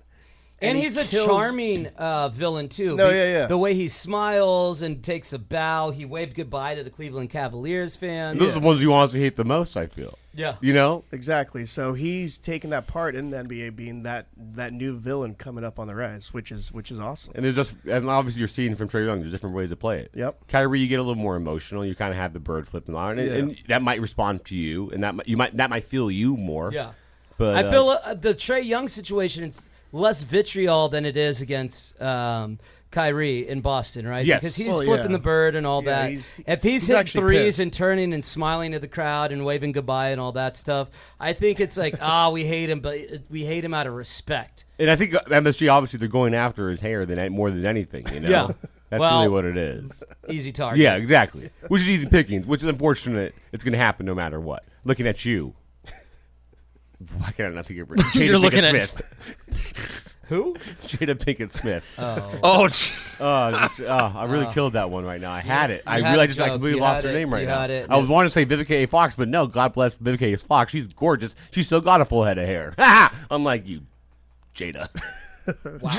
[SPEAKER 2] and
[SPEAKER 4] he
[SPEAKER 2] he's a
[SPEAKER 4] kills-
[SPEAKER 2] charming uh, villain too.
[SPEAKER 4] No,
[SPEAKER 2] Be-
[SPEAKER 4] yeah, yeah.
[SPEAKER 2] The way he smiles and takes a bow, he waved goodbye to the Cleveland Cavaliers fans.
[SPEAKER 1] Those are the ones you honestly hate the most. I feel.
[SPEAKER 2] Yeah.
[SPEAKER 1] You know.
[SPEAKER 4] Exactly. So he's taking that part in the NBA, being that that new villain coming up on the rise, which is which is awesome.
[SPEAKER 1] And there's just and obviously you're seeing from Trey Young. There's different ways to play it.
[SPEAKER 4] Yep.
[SPEAKER 1] Kyrie, you get a little more emotional. You kind of have the bird flipping on, and,
[SPEAKER 4] Yeah.
[SPEAKER 1] and that might respond to you, and that might, you might that might feel you more.
[SPEAKER 2] Yeah.
[SPEAKER 1] But
[SPEAKER 2] I feel uh, the Trey Young situation is less vitriol than it is against um, Kyrie in Boston, right?
[SPEAKER 1] Yes.
[SPEAKER 2] Because he's
[SPEAKER 4] Well,
[SPEAKER 2] flipping
[SPEAKER 4] yeah.
[SPEAKER 2] the bird and all
[SPEAKER 4] Yeah,
[SPEAKER 2] that.
[SPEAKER 4] he's-
[SPEAKER 2] if he's,
[SPEAKER 4] he's
[SPEAKER 2] hitting
[SPEAKER 4] actually
[SPEAKER 2] threes
[SPEAKER 4] pissed.
[SPEAKER 2] and turning and smiling to the crowd and waving goodbye and all that stuff, I think it's like, (laughs) ah, we hate him, but it- we hate him out of respect.
[SPEAKER 1] and I think MSG obviously they're going after his hair than more than anything. You know.
[SPEAKER 2] (laughs) Yeah.
[SPEAKER 1] That's
[SPEAKER 2] Well-
[SPEAKER 1] really what it is.
[SPEAKER 2] Easy target.
[SPEAKER 1] Yeah, exactly. Which is easy pickings, which is unfortunate. It's going to happen no matter what. Looking at you. Why can I not think of (laughs) Jada
[SPEAKER 5] You're
[SPEAKER 1] Pinkett
[SPEAKER 5] looking at-
[SPEAKER 1] Smith? (laughs)
[SPEAKER 2] Who?
[SPEAKER 1] Jada Pinkett Smith. Oh,
[SPEAKER 5] Oh, (laughs)
[SPEAKER 1] just, oh I really killed that one right now. I had it. I
[SPEAKER 2] had
[SPEAKER 1] really
[SPEAKER 2] a
[SPEAKER 1] just I
[SPEAKER 2] joke.
[SPEAKER 1] completely
[SPEAKER 2] You
[SPEAKER 1] lost
[SPEAKER 2] had
[SPEAKER 1] her
[SPEAKER 2] it.
[SPEAKER 1] name right
[SPEAKER 2] You
[SPEAKER 1] now.
[SPEAKER 2] had it.
[SPEAKER 1] I was wanting to say Vivica A. Fox, but no. God bless Vivica A. Fox. She's gorgeous. She's still got a full head of hair. (laughs) Unlike you, Jada.
[SPEAKER 2] Wow.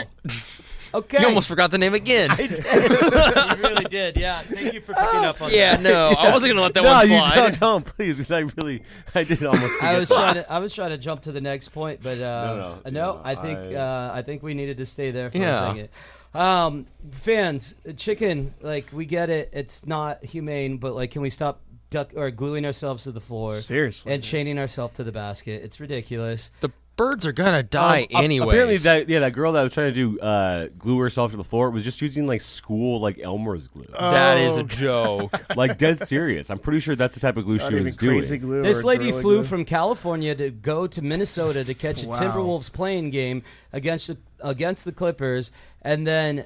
[SPEAKER 2] Okay.
[SPEAKER 5] you almost forgot the name again.
[SPEAKER 2] (laughs) You really did. Yeah. Thank you for picking up
[SPEAKER 4] (laughs)
[SPEAKER 2] on
[SPEAKER 5] Yeah,
[SPEAKER 2] that.
[SPEAKER 5] no, I wasn't gonna let that
[SPEAKER 1] no,
[SPEAKER 5] one
[SPEAKER 1] you
[SPEAKER 5] slide.
[SPEAKER 1] don't, don't please. I really, (laughs) I did almost.
[SPEAKER 2] I
[SPEAKER 1] forget
[SPEAKER 2] was trying to I was trying to jump to the next point, but uh,
[SPEAKER 1] No,
[SPEAKER 2] no,
[SPEAKER 1] no, no,
[SPEAKER 2] I think I,
[SPEAKER 1] I-
[SPEAKER 2] uh, I think we needed to stay there for
[SPEAKER 5] Yeah.
[SPEAKER 2] a second. Um, fans, chicken, like we get it. It's not humane, but like, can we stop duck or gluing ourselves to the floor?
[SPEAKER 4] Seriously.
[SPEAKER 2] and chaining ourselves to the basket. It's ridiculous.
[SPEAKER 5] The birds are gonna die
[SPEAKER 1] Um, a-
[SPEAKER 5] anyway.
[SPEAKER 1] Apparently, that yeah, that girl that was trying to do uh, glue herself to the floor was just using like school like Elmer's glue,
[SPEAKER 4] Oh. (laughs)
[SPEAKER 5] that is
[SPEAKER 1] Oh.
[SPEAKER 5] a
[SPEAKER 1] (laughs)
[SPEAKER 5] joke. (laughs)
[SPEAKER 1] like dead serious. I'm pretty sure that's the type of glue
[SPEAKER 4] Not
[SPEAKER 1] she
[SPEAKER 4] even
[SPEAKER 1] was doing.
[SPEAKER 4] crazy glue.
[SPEAKER 2] This
[SPEAKER 4] or
[SPEAKER 2] lady
[SPEAKER 4] Gorilla
[SPEAKER 2] flew
[SPEAKER 4] Glue.
[SPEAKER 2] from California to go to Minnesota to catch a
[SPEAKER 4] Wow.
[SPEAKER 2] Timberwolves playing game against the, against the Clippers, and then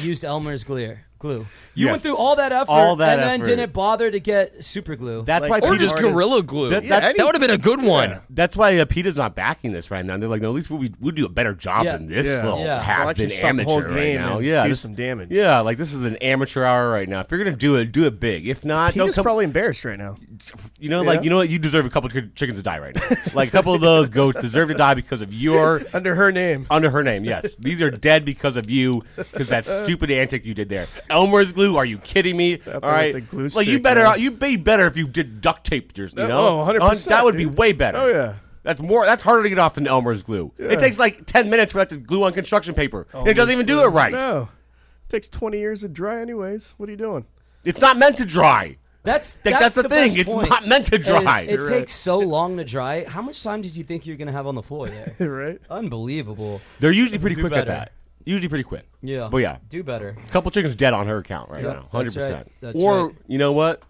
[SPEAKER 2] used Elmer's glue. Glue. You went
[SPEAKER 1] Yes.
[SPEAKER 2] through all that effort,
[SPEAKER 1] All that
[SPEAKER 2] and then
[SPEAKER 1] effort.
[SPEAKER 2] didn't bother to get super glue.
[SPEAKER 1] That's
[SPEAKER 4] Like-
[SPEAKER 1] why
[SPEAKER 5] or
[SPEAKER 1] Peter's,
[SPEAKER 5] just
[SPEAKER 4] artists-
[SPEAKER 5] gorilla glue.
[SPEAKER 1] That-
[SPEAKER 5] That,
[SPEAKER 1] that's-
[SPEAKER 5] would have been a good one.
[SPEAKER 1] that's why uh, Peter's not backing this right now. They're like, no, at least we we'll do a better job
[SPEAKER 2] Yeah.
[SPEAKER 1] than this
[SPEAKER 4] Yeah.
[SPEAKER 1] little
[SPEAKER 2] Yeah.
[SPEAKER 1] has
[SPEAKER 4] Why don't you
[SPEAKER 1] been
[SPEAKER 4] stop the
[SPEAKER 1] amateur
[SPEAKER 4] whole
[SPEAKER 1] right
[SPEAKER 4] game
[SPEAKER 1] now.
[SPEAKER 4] and
[SPEAKER 1] Yeah,
[SPEAKER 4] do
[SPEAKER 1] this-
[SPEAKER 4] some damage.
[SPEAKER 1] Yeah, like this is an amateur hour right now. If you're gonna do it, do it big. If not,
[SPEAKER 4] He was
[SPEAKER 1] don't come.
[SPEAKER 4] probably embarrassed right now.
[SPEAKER 1] You know, like
[SPEAKER 4] Yeah.
[SPEAKER 1] you know what, you deserve a couple chi- chickens to die right now. like a couple of those goats deserve to die because of
[SPEAKER 4] (laughs)
[SPEAKER 1] your
[SPEAKER 4] Under her name.
[SPEAKER 1] Under her name,
[SPEAKER 4] (laughs)
[SPEAKER 1] yes. These are dead because of you, because that stupid antic you did there. Elmer's glue? Are you kidding me? All right,
[SPEAKER 4] the glue
[SPEAKER 1] like you
[SPEAKER 4] stick,
[SPEAKER 1] better,
[SPEAKER 4] man.
[SPEAKER 1] you be better if you did duct tape yours. You
[SPEAKER 4] Uh,
[SPEAKER 1] know,
[SPEAKER 4] oh, 100%,
[SPEAKER 1] that would be
[SPEAKER 4] dude.
[SPEAKER 1] way better.
[SPEAKER 4] Oh, yeah.
[SPEAKER 1] That's more. That's harder to get off than Elmer's glue. It takes like ten minutes for that to glue on construction paper. and it doesn't even do it right.
[SPEAKER 4] Oh, No, takes twenty years to dry, anyways. What are you doing?
[SPEAKER 1] It's not meant to dry.
[SPEAKER 2] That's
[SPEAKER 1] Like, that's the thing.
[SPEAKER 2] best
[SPEAKER 1] It's
[SPEAKER 2] point.
[SPEAKER 1] not meant to
[SPEAKER 2] Is
[SPEAKER 1] dry.
[SPEAKER 2] It,
[SPEAKER 1] You're
[SPEAKER 2] takes
[SPEAKER 1] right.
[SPEAKER 2] so long to dry. How much time did you think you were going to have on the floor
[SPEAKER 1] (laughs)
[SPEAKER 2] there?
[SPEAKER 4] (laughs) right?
[SPEAKER 2] Unbelievable.
[SPEAKER 1] They're usually pretty
[SPEAKER 2] Do
[SPEAKER 1] quick at
[SPEAKER 2] better.
[SPEAKER 1] that. Usually pretty quick.
[SPEAKER 2] Yeah.
[SPEAKER 1] But yeah,
[SPEAKER 2] do better.
[SPEAKER 1] couple chickens dead on her account right now, hundred
[SPEAKER 2] that's right,
[SPEAKER 1] percent.
[SPEAKER 2] that's
[SPEAKER 1] Or
[SPEAKER 2] right.
[SPEAKER 1] you know what?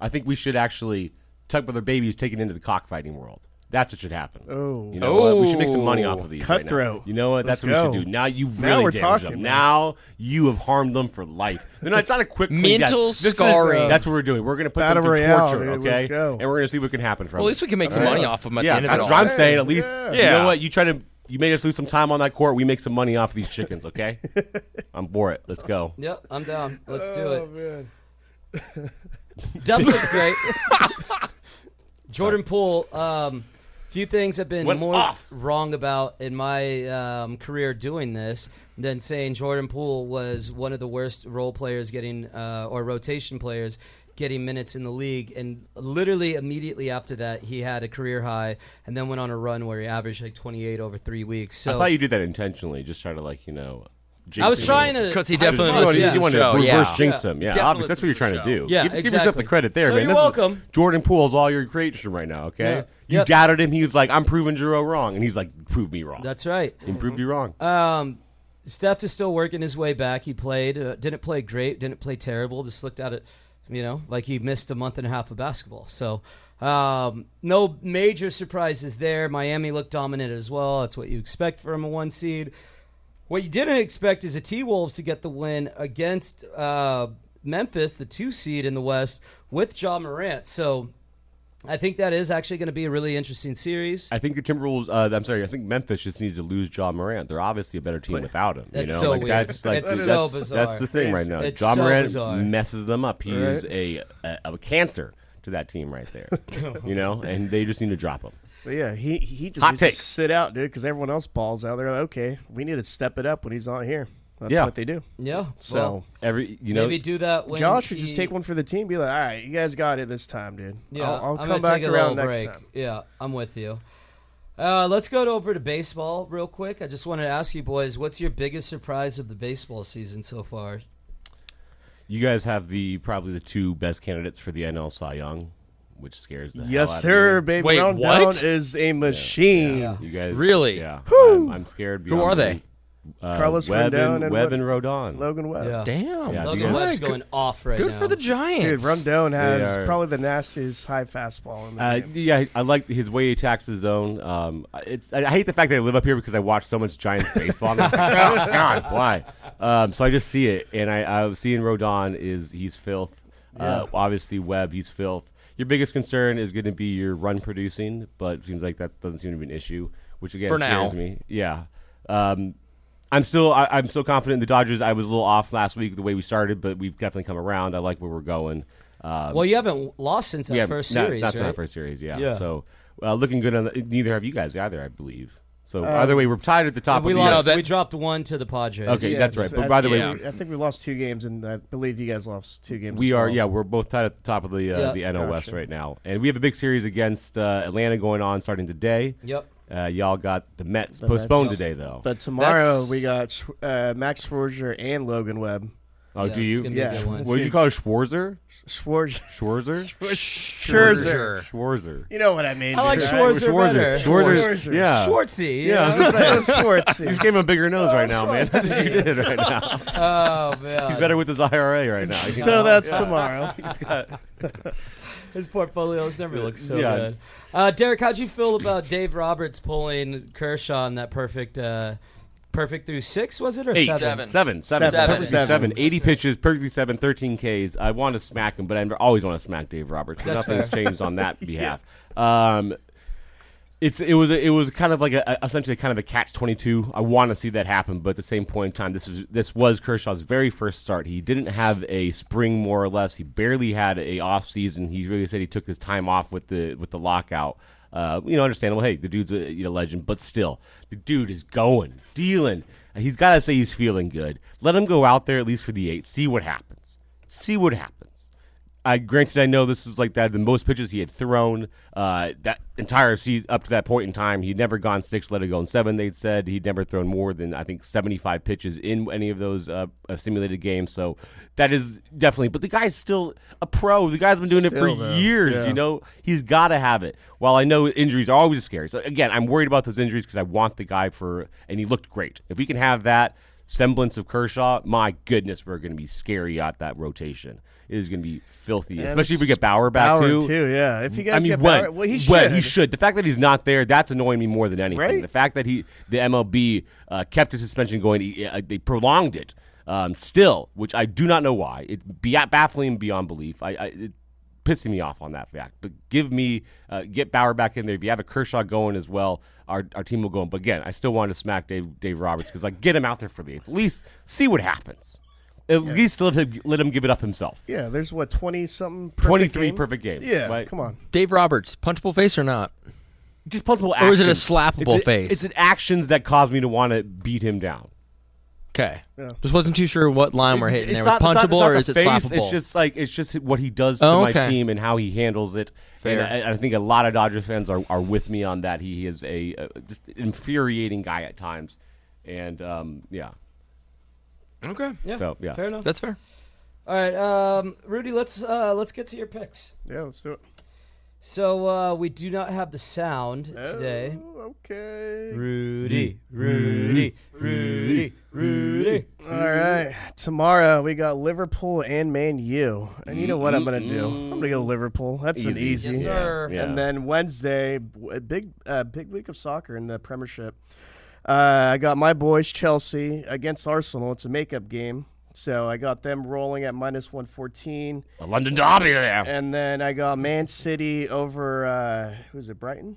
[SPEAKER 1] I think we should actually talk about their babies taken into the cockfighting world. That's what should happen.
[SPEAKER 4] Oh.
[SPEAKER 1] you know what? we should make some money
[SPEAKER 5] Oh.
[SPEAKER 1] off of these. right now.
[SPEAKER 4] Cutthroat.
[SPEAKER 1] you know what?
[SPEAKER 4] Let's
[SPEAKER 1] That's what we
[SPEAKER 4] go.
[SPEAKER 1] should do. Now you've
[SPEAKER 4] Now
[SPEAKER 1] really
[SPEAKER 4] we're
[SPEAKER 1] damaged
[SPEAKER 4] talking,
[SPEAKER 1] them.
[SPEAKER 4] man.
[SPEAKER 1] Now you have harmed them for life. No, no, it's not a quick clean death.
[SPEAKER 5] Mental
[SPEAKER 1] This is,
[SPEAKER 5] scarring.
[SPEAKER 1] uh, that's what we're doing. We're going to put
[SPEAKER 4] Battle
[SPEAKER 1] them through
[SPEAKER 4] Royale,
[SPEAKER 1] torture,
[SPEAKER 4] dude.
[SPEAKER 1] okay?
[SPEAKER 4] Let's go.
[SPEAKER 1] And we're going to see what can happen from.
[SPEAKER 5] Well,
[SPEAKER 1] it.
[SPEAKER 5] at least we can make some money off of them at
[SPEAKER 1] yeah,
[SPEAKER 5] the end
[SPEAKER 1] that's
[SPEAKER 5] of
[SPEAKER 1] what
[SPEAKER 5] it all.
[SPEAKER 1] I'm saying. At least,
[SPEAKER 4] Yeah.
[SPEAKER 1] you
[SPEAKER 5] Yeah.
[SPEAKER 1] know what? You try to, you made us lose some time on that court. We make some money off these chickens,
[SPEAKER 4] (laughs)
[SPEAKER 1] okay? I'm for it. Let's go.
[SPEAKER 2] Yep, I'm down. Let's do it.
[SPEAKER 4] man.
[SPEAKER 2] Dubs (laughs) look great. Jordan Poole, um, few things have been
[SPEAKER 1] Went
[SPEAKER 2] more
[SPEAKER 1] off.
[SPEAKER 2] wrong about in my um, career doing this than saying Jordan Poole was one of the worst role players getting uh, or rotation players getting minutes in the league. And literally immediately after that, he had a career high and then went on a run where he averaged like 28 over three weeks. So
[SPEAKER 1] I thought you did that intentionally. Just try to like you know.
[SPEAKER 2] I
[SPEAKER 1] jinx
[SPEAKER 2] was
[SPEAKER 1] it a
[SPEAKER 2] trying
[SPEAKER 1] little
[SPEAKER 2] to
[SPEAKER 5] Because he
[SPEAKER 2] I was
[SPEAKER 5] definitely
[SPEAKER 1] You want
[SPEAKER 2] trying
[SPEAKER 1] to,
[SPEAKER 5] listened
[SPEAKER 1] you
[SPEAKER 5] to
[SPEAKER 1] want
[SPEAKER 5] the
[SPEAKER 1] to
[SPEAKER 5] show.
[SPEAKER 1] reverse
[SPEAKER 5] Yeah.
[SPEAKER 1] jinx them. Yeah,
[SPEAKER 5] Definitely
[SPEAKER 1] obviously that's what you're
[SPEAKER 5] listen
[SPEAKER 1] trying
[SPEAKER 5] to
[SPEAKER 1] to
[SPEAKER 5] the
[SPEAKER 1] do.
[SPEAKER 2] Yeah,
[SPEAKER 1] give, give yourself
[SPEAKER 2] exactly.
[SPEAKER 1] the credit there,
[SPEAKER 2] So
[SPEAKER 1] man.
[SPEAKER 2] you're
[SPEAKER 1] This is-
[SPEAKER 2] welcome.
[SPEAKER 1] Jordan Poole's all your creation right now, okay?
[SPEAKER 2] Yeah.
[SPEAKER 1] You
[SPEAKER 2] Yep.
[SPEAKER 1] doubted him. He was like, I'm proving Jiro wrong. And he's like, prove me wrong.
[SPEAKER 2] That's right.
[SPEAKER 1] he proved you wrong.
[SPEAKER 2] Um, Steph is still working his way back. He played, uh, didn't play great, didn't play terrible. Just looked at it, you know, like he missed a month and a half of basketball. So, um, no major surprises there. Miami looked dominant as well. That's what you expect from a one seed. What you didn't expect is the T Wolves to get the win against uh, Memphis, the two seed in the West, with John Morant. So, I think that is actually going to be a really interesting series.
[SPEAKER 1] I think the Timberwolves. Uh, I'm sorry. I think Memphis just needs to lose John Morant. They're obviously a better team without him. You
[SPEAKER 2] That's
[SPEAKER 1] know,
[SPEAKER 2] so
[SPEAKER 1] like
[SPEAKER 2] weird.
[SPEAKER 1] that's like that's,
[SPEAKER 2] It's so bizarre.
[SPEAKER 1] that's the thing right now.
[SPEAKER 2] It's
[SPEAKER 1] John
[SPEAKER 2] so
[SPEAKER 1] Morant
[SPEAKER 2] bizarre.
[SPEAKER 1] messes them up. He is a, a a cancer to that team right
[SPEAKER 2] (laughs)
[SPEAKER 1] there. you know, and they just need to drop him.
[SPEAKER 4] But yeah, he he just
[SPEAKER 1] Hot
[SPEAKER 4] needs
[SPEAKER 1] take.
[SPEAKER 4] to sit out, dude, because everyone else balls out. They're like, okay, we need to step it up when he's not here. That's
[SPEAKER 1] Yeah.
[SPEAKER 4] what they do.
[SPEAKER 2] yeah.
[SPEAKER 4] So
[SPEAKER 2] well,
[SPEAKER 1] Every you know,
[SPEAKER 2] maybe do that when
[SPEAKER 4] Josh should just
[SPEAKER 2] he-
[SPEAKER 4] take one for the team. Be like, all right, you guys got it this time, dude.
[SPEAKER 2] Yeah,
[SPEAKER 4] I'll, I'll
[SPEAKER 2] am
[SPEAKER 4] come
[SPEAKER 2] gonna
[SPEAKER 4] back
[SPEAKER 2] take a
[SPEAKER 4] around
[SPEAKER 2] little
[SPEAKER 4] next
[SPEAKER 2] break.
[SPEAKER 4] time.
[SPEAKER 2] Yeah, I'm with you. Uh, let's go to- over to baseball real quick. I just wanted to ask you boys, what's your biggest surprise of the baseball season so far?
[SPEAKER 1] You guys have the probably the two best candidates for the NL Cy Young, which scares the hell out
[SPEAKER 4] Yes,
[SPEAKER 1] of
[SPEAKER 4] sir,
[SPEAKER 1] me.
[SPEAKER 4] baby.
[SPEAKER 5] Wait,
[SPEAKER 4] Round
[SPEAKER 5] what?
[SPEAKER 4] down is a machine.
[SPEAKER 2] Yeah.
[SPEAKER 1] You guys
[SPEAKER 5] Really?
[SPEAKER 1] Yeah, I'm, I'm scared.
[SPEAKER 5] Who are
[SPEAKER 1] beyond
[SPEAKER 5] they?
[SPEAKER 1] belief. Uh,
[SPEAKER 4] Carlos
[SPEAKER 1] Webb
[SPEAKER 4] Rendon
[SPEAKER 1] and,
[SPEAKER 4] and
[SPEAKER 1] Webb
[SPEAKER 4] Rod-
[SPEAKER 1] and Rodon.
[SPEAKER 4] Logan Webb.
[SPEAKER 2] Yeah.
[SPEAKER 5] Damn.
[SPEAKER 1] Yeah, Yes.
[SPEAKER 2] Logan Webb's going off right
[SPEAKER 5] Good
[SPEAKER 2] now.
[SPEAKER 5] for the Giants.
[SPEAKER 4] Dude, Rondon
[SPEAKER 1] They
[SPEAKER 4] has
[SPEAKER 1] are-
[SPEAKER 4] probably the nastiest high fastball in the
[SPEAKER 1] Uh,
[SPEAKER 4] game.
[SPEAKER 1] yeah, I like his way he attacks the zone. Um, it's I, I hate the fact that I live up here because I watch so much Giants baseball. I'm like,
[SPEAKER 5] (laughs)
[SPEAKER 1] "Oh, God, why? Um, so I just see it, and I, I seeing Rodon is he's filth. Uh, obviously Webb, he's filth. Your biggest concern is going to be your run producing, but it seems like that doesn't seem to be an issue, which again
[SPEAKER 5] For now.
[SPEAKER 1] scares me. Yeah. Um, I'm still I, I'm still confident in the Dodgers. I was a little off last week the way we started, but we've definitely come around. I like where we're going. Um,
[SPEAKER 2] Well, you haven't lost since that first
[SPEAKER 1] no,
[SPEAKER 2] series,
[SPEAKER 1] That's
[SPEAKER 2] right?
[SPEAKER 1] our first series, yeah.
[SPEAKER 2] Yeah.
[SPEAKER 1] So uh, looking good on the, neither have you guys either, I believe. So either way, we're tied at the top.
[SPEAKER 2] we
[SPEAKER 1] of the uh,
[SPEAKER 2] lost.
[SPEAKER 5] No, that-
[SPEAKER 2] we dropped one to the Padres.
[SPEAKER 1] Okay,
[SPEAKER 4] Yeah,
[SPEAKER 1] that's
[SPEAKER 4] it's-
[SPEAKER 1] right. But
[SPEAKER 4] I-
[SPEAKER 1] by the
[SPEAKER 5] yeah.
[SPEAKER 1] way,
[SPEAKER 4] I think we lost two games, and I believe you guys lost two games.
[SPEAKER 1] we
[SPEAKER 4] as
[SPEAKER 1] are
[SPEAKER 4] well.
[SPEAKER 1] yeah we're both tied at the top of the uh,
[SPEAKER 2] Yeah.
[SPEAKER 1] the NL West
[SPEAKER 4] Gotcha.
[SPEAKER 1] right now, and we have a big series against uh, Atlanta going on starting today.
[SPEAKER 2] Yep.
[SPEAKER 1] Uh, y'all got the Mets
[SPEAKER 4] The
[SPEAKER 1] postponed
[SPEAKER 4] Mets.
[SPEAKER 1] today though.
[SPEAKER 4] But tomorrow
[SPEAKER 5] That's-
[SPEAKER 4] we got Sch- uh, Max Scherzer and Logan Webb.
[SPEAKER 1] oh,
[SPEAKER 2] Yeah,
[SPEAKER 1] do
[SPEAKER 2] it's
[SPEAKER 1] you?
[SPEAKER 2] gonna
[SPEAKER 4] be a Yeah. good one.
[SPEAKER 1] What did you call it? Schwarzer?
[SPEAKER 4] Schwarzer.
[SPEAKER 1] Schwarzer?
[SPEAKER 4] Scherzer.
[SPEAKER 1] Schwarzer.
[SPEAKER 4] You know what I mean.
[SPEAKER 2] I like
[SPEAKER 4] dude,
[SPEAKER 2] Schwarzer.
[SPEAKER 4] right?
[SPEAKER 1] Schwarzer.
[SPEAKER 2] better.
[SPEAKER 1] Schwarzer.
[SPEAKER 4] Schwarzer.
[SPEAKER 1] Yeah.
[SPEAKER 2] Schwartzy.
[SPEAKER 1] Uh, Yeah.
[SPEAKER 4] I was like, oh, Schwartz, yeah.
[SPEAKER 1] (laughs) You just gave him a bigger nose right now, man. That's what (laughs) you did right now.
[SPEAKER 2] Oh man.
[SPEAKER 1] He's better with his IRA right now. You know?
[SPEAKER 4] So that's tomorrow.
[SPEAKER 1] He's got-
[SPEAKER 2] His portfolios never look so
[SPEAKER 1] Yeah.
[SPEAKER 2] good. Uh, Derek, how'd you feel about Dave Roberts pulling Kershaw in that perfect, uh, perfect through six? Was it or
[SPEAKER 1] Eight,
[SPEAKER 2] seven?
[SPEAKER 5] Seven.
[SPEAKER 1] Seven. Seven.
[SPEAKER 5] Seven.
[SPEAKER 1] Perfectly
[SPEAKER 4] Seven.
[SPEAKER 1] seven. 80 pitches, perfectly seven, 13 Ks. I want to smack him, but I always want to smack Dave Roberts. So
[SPEAKER 2] That's
[SPEAKER 1] nothing's changed on (laughs) that behalf. Um, it's it was a, it was kind of like a, a- essentially kind of a catch twenty two. I want to see that happen, but at the same point in time, this is this was Kershaw's very first start. He didn't have a spring more or less. He barely had a off season. He really said he took his time off with the with the lockout. Uh, you know, understandable. Hey, the dude's a you know, legend, but still, the dude is going dealing. And He's got to say he's feeling good. Let him go out there at least for the eight. See what happens. See what happens. I granted, I know this was like that. The most pitches he had thrown uh, that entire season up to that point in time, he'd never gone six, let it go in seven. They'd said he'd never thrown more than I think seventy-five pitches in any of those uh, uh, simulated games. So that is definitely. But the guy's still a pro. The guy's been doing it for
[SPEAKER 4] Still, though.
[SPEAKER 1] years.
[SPEAKER 4] Yeah.
[SPEAKER 1] You know, he's got to have it. While I know injuries are always scary. So again, I'm worried about those injuries because I want the guy for, and he looked great. If we can have that. semblance of Kershaw, my goodness, we're going to be scary at that rotation. It is going to be filthy, especially if we get Bauer back
[SPEAKER 4] Bauer
[SPEAKER 1] too.
[SPEAKER 4] too, yeah. If you guys
[SPEAKER 1] I mean,
[SPEAKER 4] get
[SPEAKER 1] when?
[SPEAKER 4] Bauer, well, he should.
[SPEAKER 1] When? He should. The fact that he's not there, that's annoying me more than anything.
[SPEAKER 4] Right?
[SPEAKER 1] The fact that he, the MLB, uh, kept his suspension going, he, uh, they prolonged it um, still, which I do not know why. It's be- baffling beyond belief. I, I it, pissing me off on that fact. But give me, uh, get Bauer back in there. If you have a Kershaw going as well, our, our team will go. in. But again, I still wanted to smack Dave, Dave Roberts because like get him out there for the eighth. At least see what happens. At least let him let him give it up himself.
[SPEAKER 4] Yeah, there's what twenty something.
[SPEAKER 1] 23 perfect games.
[SPEAKER 4] Yeah,
[SPEAKER 1] right?
[SPEAKER 4] come on.
[SPEAKER 5] Dave Roberts, punchable face or not?
[SPEAKER 1] just punchable
[SPEAKER 5] Or is it a
[SPEAKER 1] actions.
[SPEAKER 5] slappable
[SPEAKER 1] It's a-
[SPEAKER 5] face?
[SPEAKER 1] It's an actions that cause me to want to beat him down.
[SPEAKER 5] Okay. Just wasn't too sure what line we're hitting
[SPEAKER 1] It's
[SPEAKER 5] there.
[SPEAKER 1] not-
[SPEAKER 5] punchable
[SPEAKER 1] it's not- it's not
[SPEAKER 5] or
[SPEAKER 1] the
[SPEAKER 5] is it
[SPEAKER 1] face,
[SPEAKER 5] slappable?
[SPEAKER 1] It's just like it's just what he does to
[SPEAKER 5] Oh,
[SPEAKER 1] my
[SPEAKER 5] okay.
[SPEAKER 1] team and how he handles it.
[SPEAKER 5] Fair.
[SPEAKER 1] And I, I think a lot of Dodger fans are, are with me on that. He is a uh, just infuriating guy at times, and um, yeah,
[SPEAKER 5] okay.
[SPEAKER 2] Yeah,
[SPEAKER 1] So, yes.
[SPEAKER 2] fair enough.
[SPEAKER 5] That's fair.
[SPEAKER 2] All right, um, Rudy, let's uh, let's get to your picks.
[SPEAKER 4] Yeah, let's do it.
[SPEAKER 2] So uh, we do not have the sound today.
[SPEAKER 4] Oh, okay.
[SPEAKER 2] Rudy, Rudy, Rudy, Rudy.
[SPEAKER 4] All right. Tomorrow we got Liverpool and Man U. And you know what I'm gonna do? I'm gonna go Liverpool. That's an easy.
[SPEAKER 2] Yes, sir.
[SPEAKER 1] Yeah.
[SPEAKER 4] And then Wednesday, b- a big uh, big week of soccer in the Premiership. Uh, I got my boys Chelsea against Arsenal. It's a makeup game, so I got them rolling at minus one fourteen.
[SPEAKER 1] a London derby there.
[SPEAKER 4] And then I got Man City over uh who's it, Brighton?